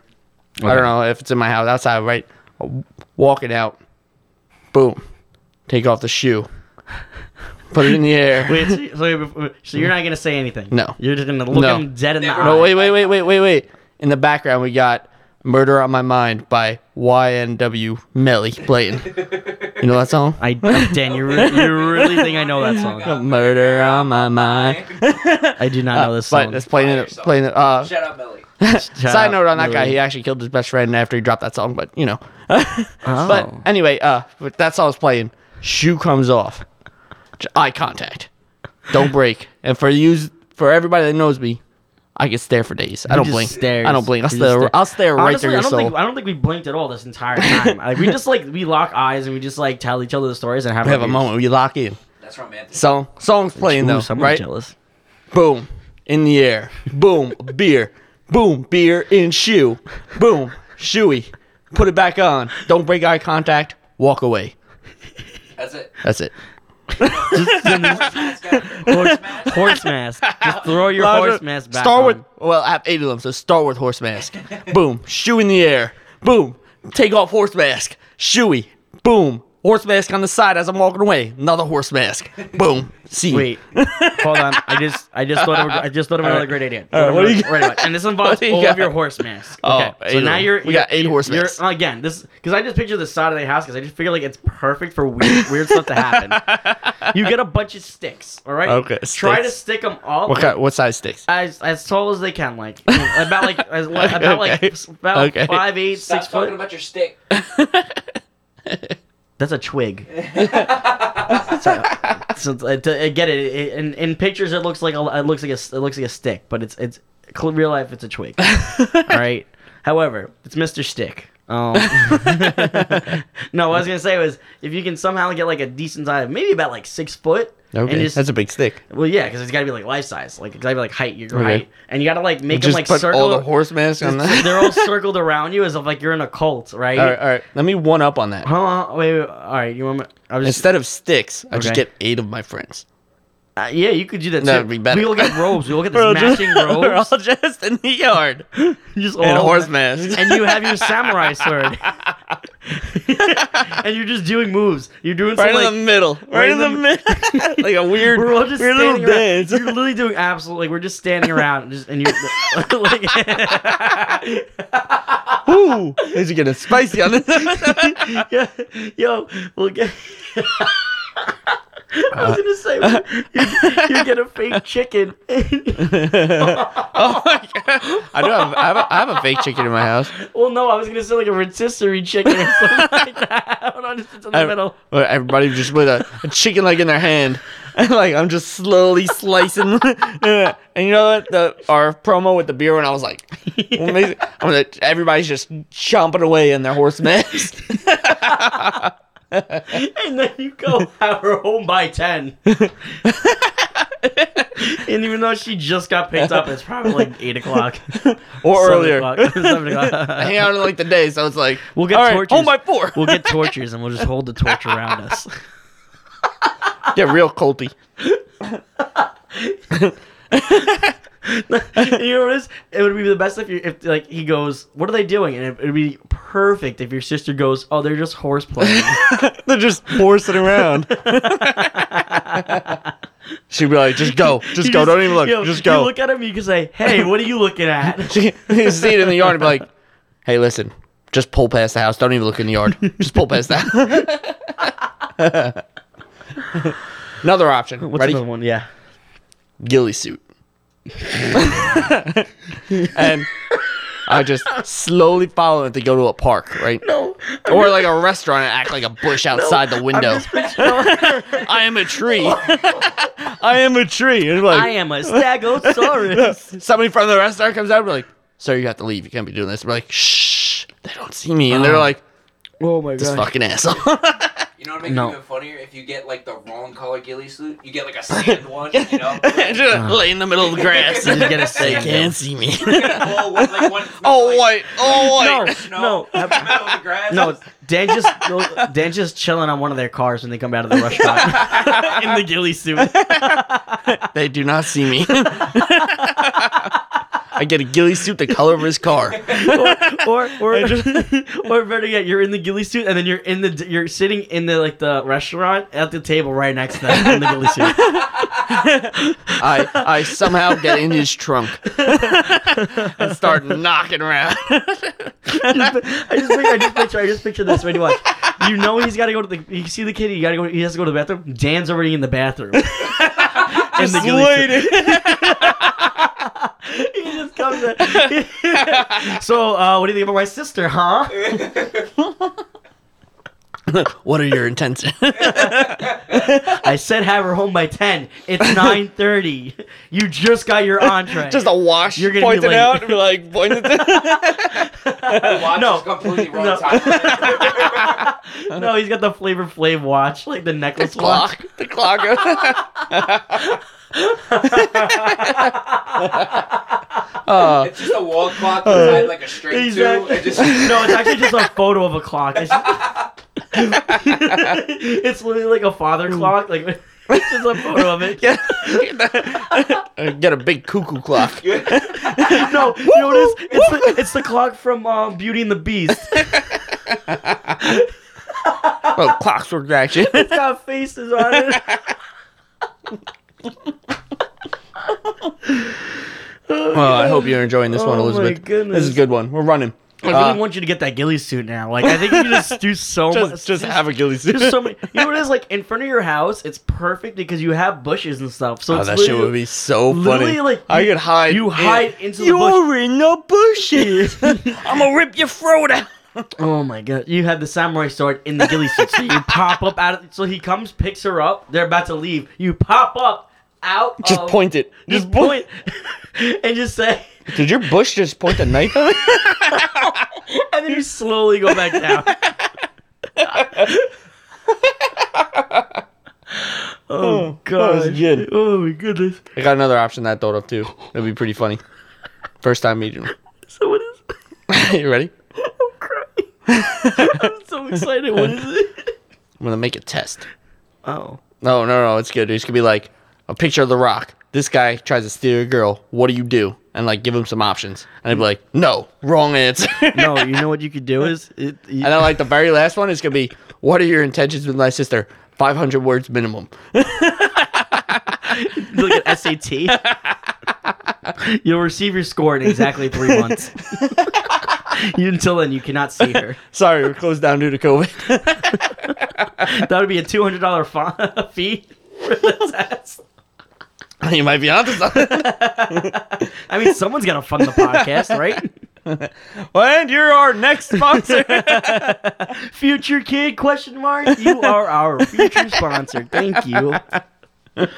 I don't know if it's in my house, outside. Right? Walking out. Boom. Take off the shoe. Put it in the air.
wait so, so, so you're not gonna say anything
No.
you're just gonna look
No.
him dead in the
Never.
eye
No, wait, wait, wait, wait, wait, wait. In the background, we got "Murder on My Mind" by YNW Melly Blayton. You know that song?
I Dan you re- you really think I know that song
Murder on my mind.
Mm-hmm. I do not know this
Uh, But
song
it's playing it.
Fire
Playing it. Uh,
Shut up, Melly.
Shout
side
out,
note on that guy,
really.
he actually killed his best friend after he dropped that song. But you know. But
Oh.
anyway, uh, but that song's playing. Shoe comes off. J- Eye contact. Don't break. And for you, for everybody that knows me, I could stare for days. I don't
just
blink.
stares.
I don't blink. I'll
You just
stare.
stare.
I'll stare right
Honestly,
through your
I don't
soul.
think I don't think we blinked at all this entire time. like we just like we lock eyes and we just like tell each other the stories and have,
we
our
have a
beers.
moment. We lock in.
That's romantic.
Song songs playing
Ooh,
though,
someone's
right?
jealous.
Boom, in the air. Boom, beer. Boom, beer in shoe. Boom, shoey. Put it back on. Don't break eye contact. Walk away.
That's it.
That's it.
It's got-
Horse,
Smash.
horse mask. Just throw your horse mask back.
Start
on.
with well, I have eight of them, so start with horse mask. Boom, shoe in the air. Boom, take off horse mask. Shoey. Boom, horse mask on the side as I'm walking away. Another horse mask. Boom. See. you.
Wait, hold on. I just, I just thought, of, I just thought of another great idea.
All right, what do you got?
Right away. And this involves
What do you
all
got?
of your horse masks.
Oh,
Okay,
eight
so
of
now
them.
you're,
We got eight
you're-
horse
you're-
masks.
Again, this because I just picture the side of the house because I just figure like it's perfect for weird, weird stuff to happen. You get a bunch of sticks. All right.
Okay,
Try to
sticks.
stick them all.
What kind, What size sticks?
As, as tall as they can, like about like as, about like
Okay.
about
Okay.
five eight
Stop
six
talking
foot.
about your stick.
That's a twig. so, so to, to uh, get it, it- in, in pictures it looks like a, it looks like a s- it looks like a stick, but it's it's cl- real life it's a twig. All right. However, it's Mr. Stick. Um, no, what I was gonna say was if you can somehow get like a decent size, maybe about like six foot, and
Okay,
just
that's a big stick.
well, yeah, because it's gotta be like life size, like it's gotta be like height, your
Okay.
height, and you gotta like make them
Just
like
put
circle.
all the horse masks on that.
they're all circled around you as if like you're in a cult, right?
All right, all right. Let me one up on that.
Hold on, wait, wait, all right. You want? Me, I was just
Instead of sticks, I just
Okay.
get eight of my friends.
Uh, yeah, you could do that.
That'd
too.
be better.
We will get robes. We will get
We're
this matching
We're
robes.
all just in the yard
Just
in
all-
horse masks.
And you have your samurai sword. and you're just doing moves. You're doing
right
some
in
like.
the middle, right, in the, middle, like a weird,
we're all just
weird little
standing around.
dance.
You're literally doing absolutely. Like, we're just standing around, and just and you're like,
Ooh, this is getting spicy on Oh this. episode.
yeah, yo, we'll get. I was gonna say
Uh,
you, you get a fake chicken.
oh my god! I do have, I have, a, I have a fake chicken in my house.
well, no, I was gonna say like a rotisserie chicken or something like that. I don't know, just it's in the
Ev-
middle.
where Everybody just with a, a chicken leg in their hand, and like I'm just slowly slicing. and you know what? The our promo with the beer when I was like, amazing. I'm like, everybody's just chomping away in their horse mess.
And then you go have her home by 10. and even though she just got picked up, it's probably like 8 o'clock.
or
7
earlier.
o'clock, 7
I
o'clock.
hang out in like the day, so it's like
We'll get
all right,
torches.
home by four.
We'll get torches and we'll just hold the torch around us.
get real culty.
you know what it is? It would be the best if you if like he goes, "What are they doing?" And it would be perfect if your sister goes, "Oh, they're just horse playing."
They're just horsing around. She'd be like, just go, just
You
go, don't even look,
yo,
just go.
You look at him, you can say, "Hey, what are you looking at?"
She you see it in the yard and be like, hey, listen, just pull past the house. Don't even look in the yard. Just pull past that. another option.
What's
Ready?
another one? Yeah.
Ghillie suit. and I just slowly follow it to go to a park, right?
No.
Or like a restaurant and act like a bush outside the window. I am a tree. I am a tree. And like,
I am a stegosaurus.
somebody from the restaurant comes out and be like, Sir, you have to leave. You can't be doing this. We're like, Shh, they don't see me. And they're
Uh-huh.
like,
oh my
This fucking asshole.
You know what makes
No.
it even funnier? If you get like the wrong color ghillie suit, you get like a sand one. You know,
And just lay in the middle of the grass.
Uh-huh. You
they
just get a sand
can't see me.
oh, one, like, one,
oh,
like,
white. Oh,
No,
white.
No,
no,
in the middle of the grass.
no. Dan just Dan just chilling on one of their cars when they come out of the restaurant in the ghillie suit.
They do not see me. I get a ghillie suit the color of his car.
or or or better yet, you're in the ghillie suit and then you're in the you're sitting in the like the restaurant at the table right next to them in the ghillie suit.
I, I somehow get in his trunk and start knocking around.
I just, pic- I just picture, I just picture this. Ready, watch. You know he's got to go to the. You see the kid. He got to go. He has to go to the bathroom. Dan's already in the bathroom. in the ghillie suit. he just comes in. so, uh, what do you think about my sister, huh?
what are your intentions?
I said have her home by ten. It's nine thirty. You just got your entree.
Just a wash.
You're
You're
gonna be
gonna point
late.
it out and be like, point it
The watch
No.
is completely wrong
No.
time.
no, he's got the Flavor Flav watch, like the necklace watch.
clock. The clock. oh,
it's just a wall clock designed like a straight
Uh, Exactly.
two. It just,
no, it's actually just a photo of a clock. It's, it's literally like a father clock. Like it's just a photo of it.
get, get a big cuckoo clock.
No, you know what it is? It's the, it's the clock from um, Beauty and the Beast.
Oh, clockwork action.
It's got faces on it.
Well, I hope you're enjoying this one,
Oh my
Elizabeth. This
goodness.
is a good one. We're running. Uh,
I really want you to get that ghillie suit now. Like I think you just do so much.
Just, just have a ghillie suit.
There's so many. You know what it is? Like in front of your house, it's perfect because you have bushes and stuff. So
Oh,
it's
that shit
literally-
would be so
literally,
funny.
like,
I
you-
could hide.
you
in-
hide into the
You're in the bushes. I'm gonna rip your throat out.
Oh my god! You have the samurai sword in the ghillie suit. So you pop up out. Of, so he comes, picks her up. They're about to leave. You pop up out.
Just
of,
point it.
Just
Just Oh. point.
point, and just say,
Did your bush just point a knife at me?
and then you slowly go back down. oh
was
god!
good.
Oh my goodness!
I got another option that I thought of too. That'd be pretty funny. First time meeting. him.
So what is?
you ready?
I'm crying. I'm so excited. What is it?
I'm gonna make a test.
Oh.
No, no, no, it's good. It's gonna be like a picture of the rock. This guy tries to steal a girl. What do you do? And like give him some options. And I'd be like, no, wrong answer. and
No, you know what you could do is it. You,
then like the very last one is gonna be, what are your intentions with my sister? Five hundred words minimum.
like an SAT. You'll receive your score in exactly three months. You- Until then, you cannot see her.
Sorry, we're closed down due to COVID.
That would be a two hundred dollar fi- fee for the test.
you might be onto something.
I mean, someone's got to fund the podcast, right?
and you're our next sponsor.
Future kid? Question mark. You are our future sponsor. Thank you.
All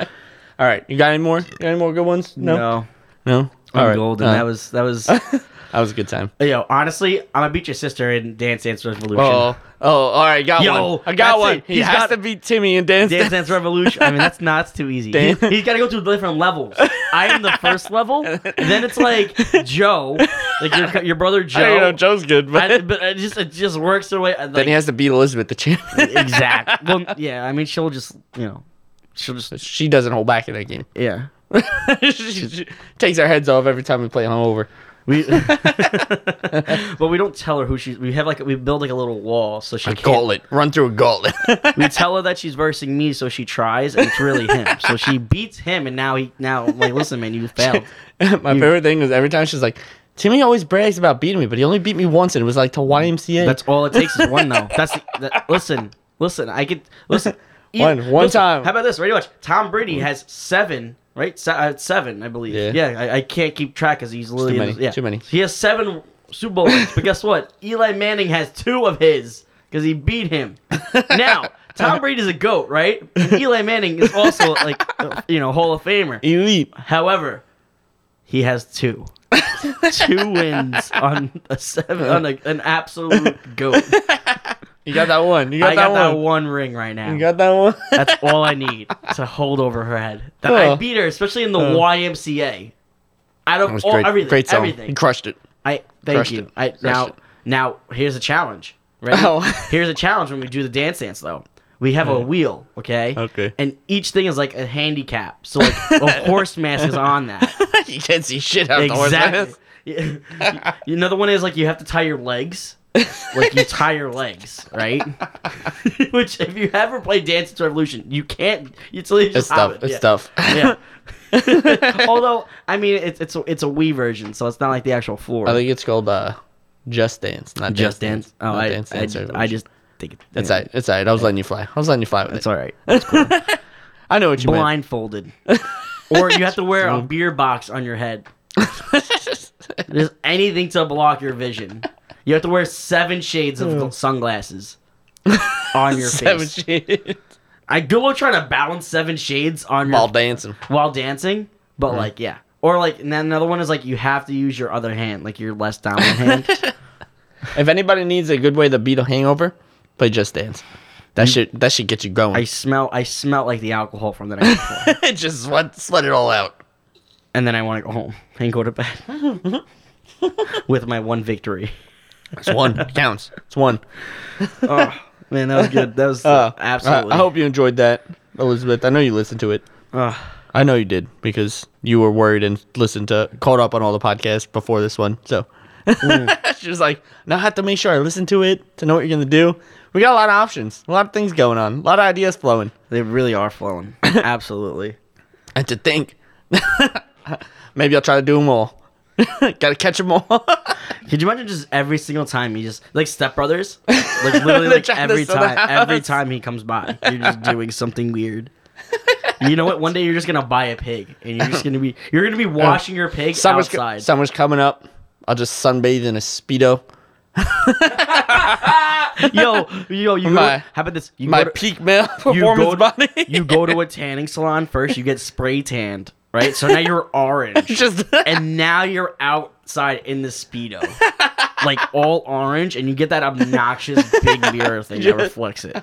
right, you got any more? You got any more good ones? No, no.
I'm
All right,
golden.
uh,
that was that was.
that was a good time.
yo, honestly, I'm gonna beat your sister in Dance Dance Revolution.
Oh, oh, all right, got
Yo,
one. I got
that's
one.
it.
He
He's
has
got-
to beat Timmy and dance.
Dance Dance Revolution. I mean, that's not too easy.
Dan-
He, has got to go through different levels. I am the first level. Then it's like Joe, like your, your brother Joe.
I don't know Joe's good, but
I- but it just it just works their way. uh, Like,
then he has to beat Elizabeth the champ.
exact. Well, yeah. I mean, she'll just you know, she'll just
she doesn't hold back in that game.
yeah.
she, she takes our heads off every time we play hungover.
We, but we don't tell her who she. We have like we build like a little wall so she
A
can't-
gauntlet. Run through a gauntlet.
We tell her that she's versing me, so she tries, and it's really him. So she beats him, and now he now like listen, man, you failed. Mm.
My favorite thing was every time she's like, Timmy always brags about beating me, but he only beat me once, and it was like to YMCA.
That's all it takes is one though. That's the, that, listen, listen. I could listen. Even-
One- one
listen,
time.
How about this? Ready? Watch. Tom Brady has seven. Right? Se- uh, seven, I believe.
Yeah.
Yeah. I, I can't keep track because he's literally
many,
in the- yeah.
too many.
He has seven Super Bowl rings, but guess what? Eli Manning has two of his because he beat him. Now. Tom Brady's a goat, right? And Eli Manning is also like, uh, you know, Hall of Famer.
elite.
However, he has two. two wins on a seven on a, an absolute goat.
You got that one. You got,
I
that,
got
one.
that one ring right now.
You got that one.
That's all I need to hold over her head. That
Oh.
I beat her, especially in the YMCA. Out
That
of
was
all,
great.
everything,
great song. He
everything.
crushed it.
I thank
crushed
you.
it.
I now
it.
now here's a challenge. Right?
Oh.
here's a challenge when we do the dance dance though. We have a wheel, okay?
Okay.
And each thing is like a handicap. So like a horse mask is on that.
you can't see shit out the horse.
Exactly. Yeah. Another one is like you have to tie your legs. like you tie your legs, right? Which, if you ever play Dance Dance Revolution, you can't. It's, literally
It's
just hop
tough.
it.
It's tough.
yeah. Yeah. Although, I mean, it's it's a, it's a Wii version, so it's not like the actual floor.
I think it's called uh, Just Dance, not
just
Dance.
dance. Oh,
Not
I,
Dance
I,
Dance
I,
Revolution.
just think it-
It's
yeah,
all right. It's all right. I was letting you fly. I was letting you fly with
It's
it.
all right.
I know what you meant.
Blindfolded, or you have to wear a beer box on your head. There's anything to block your vision. You have to wear seven shades of gl- sunglasses. on your
Seven
face.
shades.
I good luck trying to balance seven shades on your
While dancing.
while dancing, but like yeah. Or like and then another one is like you have to use your other hand, like your less dominant hand.
If anybody needs a good way to beat a hangover, play Just Dance. That
Mm.
should that should get you
I
going.
smell I smell like the alcohol from the night before.
just sweat sweat it all out.
and then I want to go home and go to bed. With my one victory.
It's one It counts. It's one.
Oh man, that was good. That was
Uh,
absolutely
I, I hope you enjoyed that, Elizabeth. I know you listened to it.
Ugh.
I know you did because you were worried and listened to caught up on all the podcasts before this one. So she was like, "Now I have to make sure I listen to it to know what you're gonna do." We got a lot of options, a lot of things going on, a lot of ideas flowing.
They really are flowing. Absolutely.
And to think, maybe I'll try to do them all. Gotta catch them all.
Could you imagine just every single time you just like Step Brothers? Like literally
They're
like
trying to
every
sell the
time every
house.
time he comes by, you're just doing something weird. You know what? One day you're just gonna buy a pig, and you're just gonna be you're
Oh.
gonna be washing your pig
summer's, co-
outside.
summer's coming up. I'll just sunbathe in a speedo.
yo, yo, you.
My-
go, how about this? You
My
go to,
peak male
you go
performance
to-
body.
you go to a tanning salon first. You get spray tanned, right? So now you're orange,
just
and now you're outside in the speedo, like all orange, and you get that obnoxious big mirror thing that reflects it,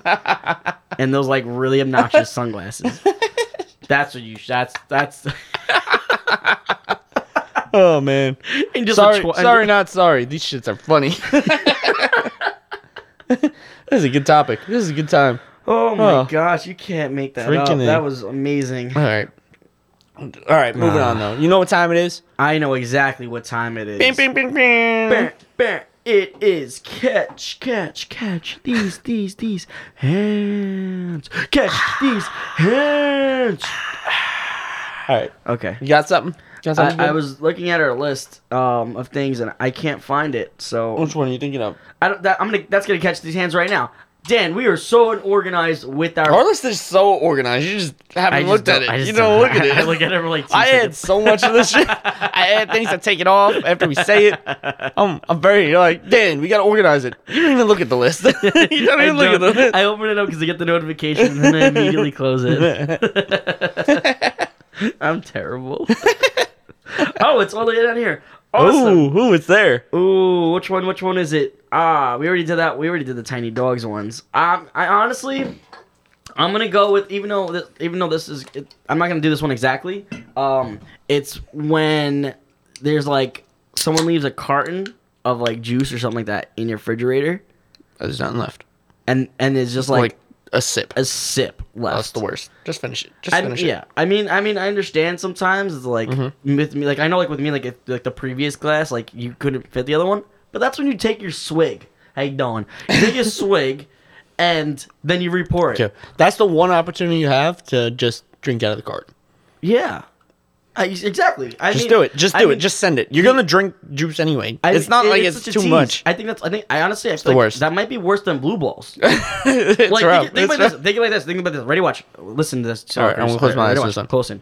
and those like really obnoxious sunglasses. That's what you. That's that's.
oh man.
And just a
sorry,
twi- and-
sorry, not sorry. These shits are funny. this is a good topic. This is a good time.
Oh my
Oh.
gosh, you can't make that up.
Freaking A.
That was amazing.
All right. All right, moving on though. You know what time it is?
I know exactly what time it is.
Bing, bing, bing, bing.
Bam, bam. It is catch, catch, catch these, these, these hands. Catch these hands.
All right.
Okay.
You got something? Got something
I, I
good?
was looking at our list um, of things and I can't find it, so
Which one are you thinking of?
I don't, that, I'm gonna. That's gonna catch these hands right now. Dan, we are so unorganized with our.
Our list is so organized. You just haven't
I just
looked at
don't-
it.
I just
you don't look at it.
I look at it for like. Two
I had
seconds.
so much of this shit. I add things I take it off after we say it. I'm, I'm very like, Dan, we gotta organize it. You don't even look at the list. you don't even
I
look at the
don't.
list.
I open it up because I get the notification and then I immediately close it. I'm terrible. oh, it's all the way down here. Awesome.
Ooh, ooh, it's there.
Ooh. which one? Which one is it? Ah, we already did that. We already did the tiny dogs ones. Um, I honestly, I'm gonna go with even though this, even though this is, it, I'm not gonna do this one exactly. Um, it's when there's like someone leaves a carton of like juice or something like that in your refrigerator,
There's nothing left.
and and it's just like
Like, a sip.
a sip left.
That's the worst. Just finish it. Just
I,
finish it. Mm-hmm.
yeah, I mean, I mean, I understand sometimes it's like with me, like I know, like with me, like if like the previous glass, like you couldn't fit the other one, but that's when you take your swig. How you doing? You take a swig, and then you re-pour it.
Okay. That's the one opportunity you have to just drink out of the carton.
Yeah, I, exactly. I
Just
mean-
do it. Just
I
do
mean,
it. Just send it. You're gonna drink juice anyway.
I-
it's not
it-
like it's,
such a
too
tease.
much.
I think that's. I think. I honestly. I feel
the
like
worst.
That might be worse than blue balls.
it's
like
rough.
think, think
It's
about
rough.
this. Think about this. Think about this. Ready? Watch. Listen to this.
All right, I'm gonna close my eyes for a second. Mm-hmm.
Close in.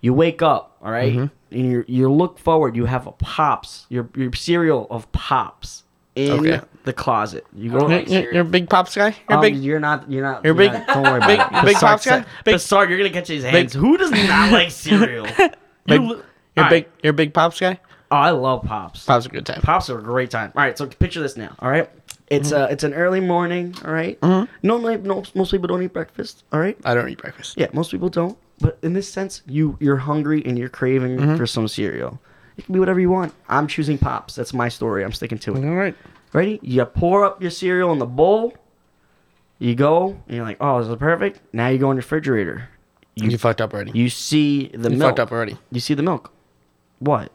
You wake up. All right? And you you look forward. You have a pops. Your your cereal of pops in
Okay.
the closet. You go.
You're- You're, you're a big pops guy. You're
um,
a big.
you're not. You're not.
You're
you're Not,
big-
don't worry
big-
about it.
big
Bizarre
pops guy?
said-
Big-
Bizarre, you're gonna catch his hands. Who does not like cereal? you
Big-
li-
You're
All
a
right.
big. You're a big pops guy.
Oh, I love pops.
Pops are a good time.
Pops are a great time. All right, so picture this now. All right, it's
Mm-hmm.
uh, it's an early morning. All right? normally no, most people don't eat breakfast. All right,
I don't eat breakfast.
yeah, most people don't. But in this sense, you you're hungry and you're craving
Mm-hmm.
for some cereal. It can be whatever you want. I'm choosing pops. That's my story. I'm sticking to it.
All right.
Ready? You pour up your cereal in the bowl. You go and you're like, oh, this is perfect. Now you go in the refrigerator.
You, fucked up already. You,
You see the milk.
fucked up already.
You see the milk. What?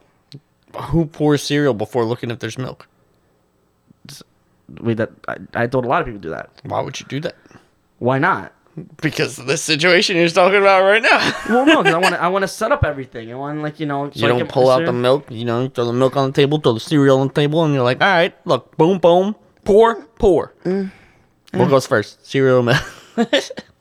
Who pours cereal before looking if there's milk?
Wait, that I, I told a lot of people do that.
Why would you do that?
Why not?
Because of this situation you're talking about right now.
Well, no, 'cause I want to. I want to set up everything. I want like you know. so
You
I
don't
can-
pull out
so-
the milk. You know, throw the milk on the table, throw the cereal on the table, and you're like, all right, look,
Mm.
boom, boom, pour, pour. What goes first, cereal or milk?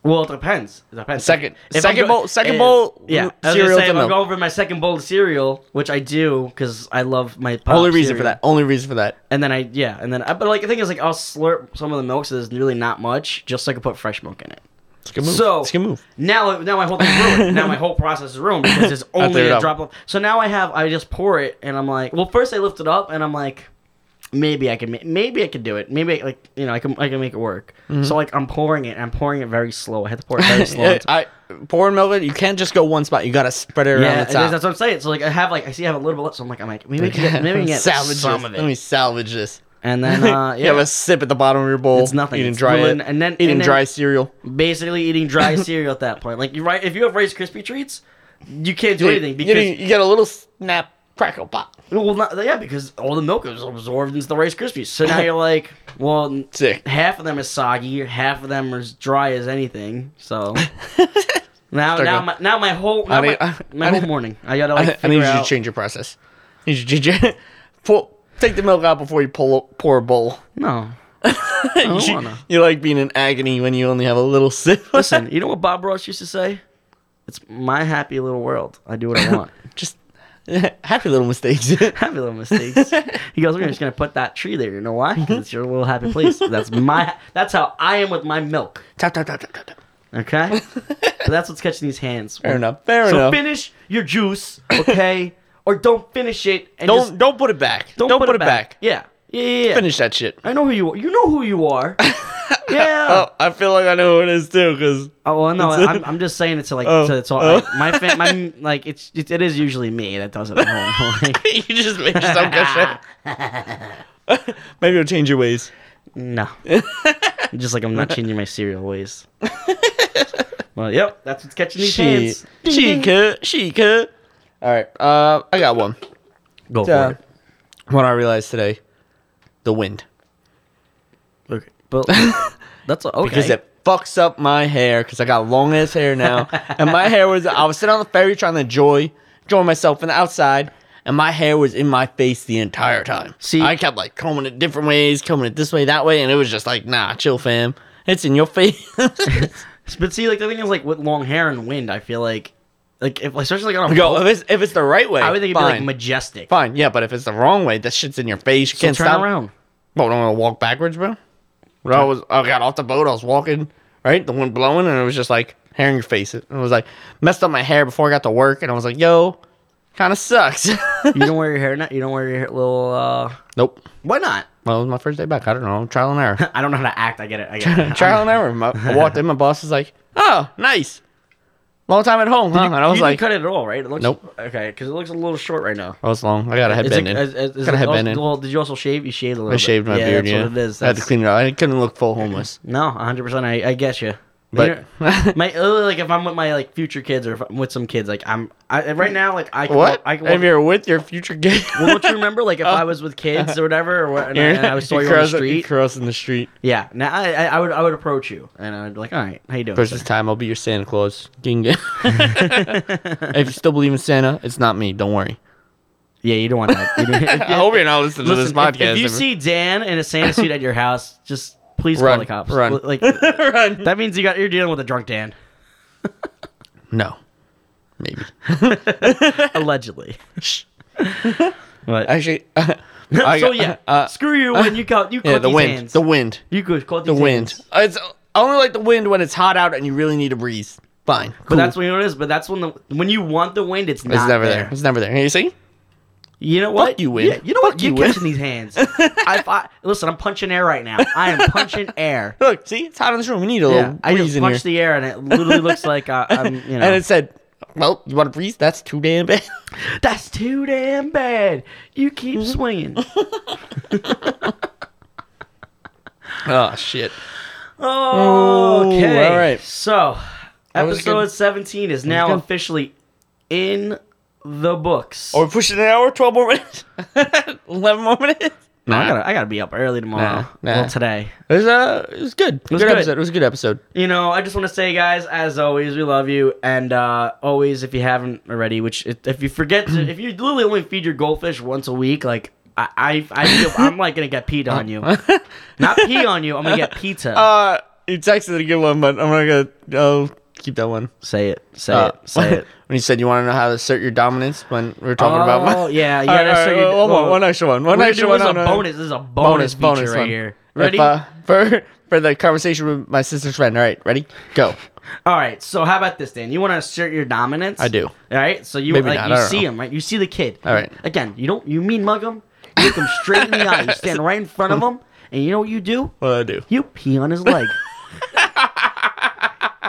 Well, it depends. It depends.
Second-
I'm
second bowl- second bowl,
Yeah, I
mm,
was gonna
cereal
say, if
to
I'm
milk.
going for my second bowl of cereal, which I do because I love my pop
Only reason for
cereal.
that. Only reason for that.
And then I yeah, and then I, but like the thing is like I'll slurp some of the milk so there's really not much, just so I can put fresh milk in it.
It's a good move.
So
it's a good move.
Now, now my whole thing's ruined. now my whole process is ruined because it's
threw it
only a
up.
drop of. So now I have I just pour it and I'm like, well, first I lift it up and I'm like, maybe I can ma- maybe I can do it. Maybe I, like you know I can I can make it work.
Mm-hmm.
So like I'm pouring it. I'm pouring it very slow. I had to pour it very slow.
Yeah, I pouring milk. in, You can't just go one spot. You gotta spread it around
yeah,
the
it is,
top.
that's what I'm saying. So like I have like I see I have a little bit left, so I'm like I'm like maybe I can get, maybe I can get
salvage
some
this.
of
Let me
it.
salvage this.
And then uh,
You have
yeah,
a sip at the bottom of your bowl.
It's nothing.
Eating
It's
dry,
ruined,
and
and then-
then eating
and then-
dry cereal.
basically eating dry cereal at that point. Like you right if you have Rice Krispie treats, you can't do anything because
you, you get a little snap crackle pop.
Well, not, yeah, because all the milk is absorbed into the Rice Krispies. So now you're like, well, n-
Sick.
half of them is soggy, half of them are as dry as anything. So now, now,
Struggle.
my, now my whole now
I
my,
need- I-
my
I
whole
need-
morning, I gotta
I,
like
I
figure
need you to
out.
change your process. I need you to change your, pour, take the milk out before you pull pour a bowl.
No,
you,
don't
should-
wanna.
you like being in agony when you only have a little sip.
listen, you know what Bob Ross used to say? It's my happy little world. I do what I want.
just happy little Mm-hmm. mistakes.
happy little mistakes. He goes, we're just gonna put that tree there. You know why? Because it's your little happy place. That's my. That's how I am with my milk.
tap tap tap tap tap. tap.
Okay, but that's what's catching these hands.
Fair enough. Fair
So
enough.
finish your juice, okay? or don't finish it and
don't
just
don't put it back. Don't, put, it back.
Yeah. Yeah, yeah, yeah.
Finish that shit.
I know who you are. You know who you are. yeah.
Oh, I feel like I know who it is too, because
oh well, no, I'm, I'm just saying it to like
Oh,
to, to
oh.
like, my fam- my like it's it, it is usually me that does it at home. Like,
you just made yourself go shit. Maybe it'll change your ways.
no. just like I'm not changing my cereal ways. well, yep, that's what's catching these
She,
hands.
she could, she could. All right, uh, I got one.
Go
Uh,
for it.
what I realized today, the wind,
Okay. But that's okay.
because it fucks up my hair. Because I got long ass hair now, and my hair was. I was sitting on the ferry trying to enjoy, enjoy myself in the outside, and my hair was in my face the entire time.
See-
I kept like combing it different ways, combing it this way, that way, and it was just like, nah, chill, fam. It's in your face.
But see, like the thing is, like with long hair and wind, I feel like, like if especially like on a
Go if it's if it's the right way.
I would think it'd
fine.
be like majestic.
Fine, yeah, but if it's the wrong way, that shit's in your face. You
So
can't
turn
stop.
around.
Boat, I'm gonna walk backwards, bro. When I was, I got off the boat. I was walking, right? The wind blowing, and it was just like hair in your face. It was like messed up my hair before I got to work, and I was like, "Yo, kind of sucks."
You don't wear your hair net. You don't wear your hair- little. uh
nope.
Why not?
Well, it was my first day back. I don't know. Trial and error.
I don't know how to act. I get it. I get it.
Trial and error. My, I walked in. My boss was like, "Oh, nice. Long time at home, huh?" and I
You
was
didn't
like,
cut it at all, right? It looks,
Nope.
Okay, because it looks a little short right now.
"I was long. I got a
Is it,
headband
is,
in.
is, is
Got
it
a
also-
headband in.
Well, did you also shave? You shaved a little.
I
bit.
shaved my
yeah,
beard.
That's
yeah,
what it is.
I had to
That's-
clean it up. I couldn't look full homeless,
No, 100. percent I I guess you.
but."
my uh, like if I'm with my like future kids or if I'm with some kids like I'm I right now like I can
What? Oh.
I can
if you're with your future gay,
Well, don't you remember, like, if I was with kids or whatever, or what, and, I, and I saw you on the
crossing,
street?
crossing the street.
Yeah. Now I, I, I would, I would approach you, and I'd be like, "All right, how you doing?"
First this time, I'll be your Santa Claus. Ding ding. if you still believe in Santa, it's not me. Don't worry.
Yeah, you don't want that. You don't-
I hope you're not listening
Listen, if, if you see Dan in a Santa suit at your house, just please call
Run,
the cops.
run.
Like that means you got you're dealing with a drunk Dan,
no, maybe.
allegedly.
Actually, I
so
got-
yeah,
uh,
screw you when you call you call
yeah, the
these
wind,
hands.
the wind,
you could call
the wind. Uh, It's I only like the wind when it's hot out and you really need a breeze. Fine,
But
cool.
that's when it is. But that's when the when you want the wind, it's not
it's never
there.
there. It's never there. You see?
You know what?
you, wind.
Yeah, you know
Fuck
what?
you,
You're
wind.
catching these hands. I, I, listen, I'm punching air right now. I am punching air.
Look, see, it's hot in this room. We need a
Yeah,
little
I
breeze
just
in here.
punched the air, and it literally looks like uh, I'm, you know.
And it said, "Well, you want a breeze? That's too damn bad."
That's too damn bad. You keep
Mm-hmm.
swinging.
oh shit.
Oh, okay.
all right.
So,
was
episode
good.
17 is now
good.
officially in the books.
Are we pushing an hour? Twelve more minutes? Eleven more minutes?
no, I gotta, I gotta be up early tomorrow.
Nah, nah.
Well, today.
It was, uh, it was good. It
was
was good,
good.
episode. It was a good episode.
you know, I just want to say, guys, as always, we love you, and uh, always, if you haven't already, which if if you forget, to, if you literally only feed your goldfish once a week, like I, I, I feel I'm like gonna get peed on you, not pee on you, I'm gonna get pizza.
Uh, you texted a good one, but I'm not gonna. I'll keep that one.
Say it. Say
Uh,
it. Say it.
When you said you want to know how to assert your dominance when we were talking
Oh,
about.
yeah, yeah.
All right,
that's
all
what
right,
you-
one more,
whoa.
one extra one, one
We're gonna
extra
do
one.
This is a
on, uh,
bonus. This is a bonus, bonus, right
one.
here.
If,
Ready?
uh, for for the conversation with my sister's friend. All right, ready? Go.
All right. So how about this, Dan? You want to assert your dominance?
I do.
All right. So you
Maybe
like
not, I
you
don't
see
know.
him, right? You see the kid.
All right.
Again, you don't you mean mug him. You look him straight in the eye. You stand right in front of him, and you know what you do?
What I do?
You pee on his leg.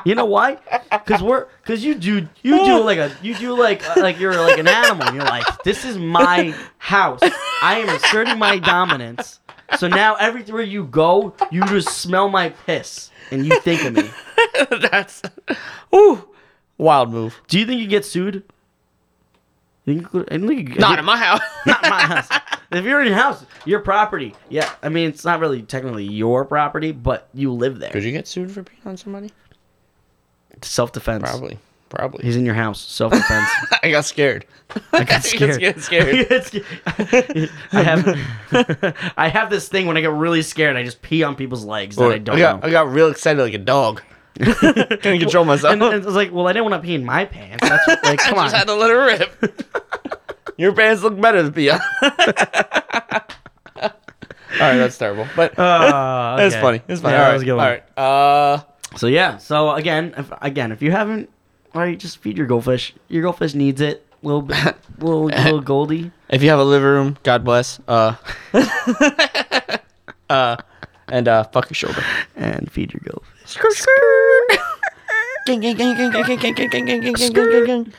you know why? Because we're because you do you do like a you do like uh, like you're like an animal. You're like this is my house. I am asserting my dominance. So now everywhere you go, you just smell my piss and you think of me.
That's. Ooh, wild move.
Do you think you get sued? You think- I think you-
Not in my house.
not my house. If you're in your house, your property. Yeah, I mean it's not really technically your property, but you live there.
Could you get sued for being on somebody?
Self defense.
Probably. Probably.
He's in your house. Self defense.
I got scared. I got
scared.
Get scared.
I have I have this thing when I get really scared, I just pee on people's legs that I don't
got,
know.
I got real excited like a dog. Couldn't control myself.
And, and it's like, well, I didn't want to pee in my pants. That's what, like, come on.
Just had to let her rip. Your pants look better than Pia. All right, that's terrible, but
Uh,
that's
okay.
funny. It's funny.
Yeah,
all
that
right,
was a good one.
all right. Uh,
So yeah. So again, if, again, if you haven't, all right, just feed your goldfish. Your goldfish needs it. Little bit, little little Goldie.
if you have a living room, God bless. Uh, uh, and uh, fuck your shoulder.
and feed your goldfish.
Skirt.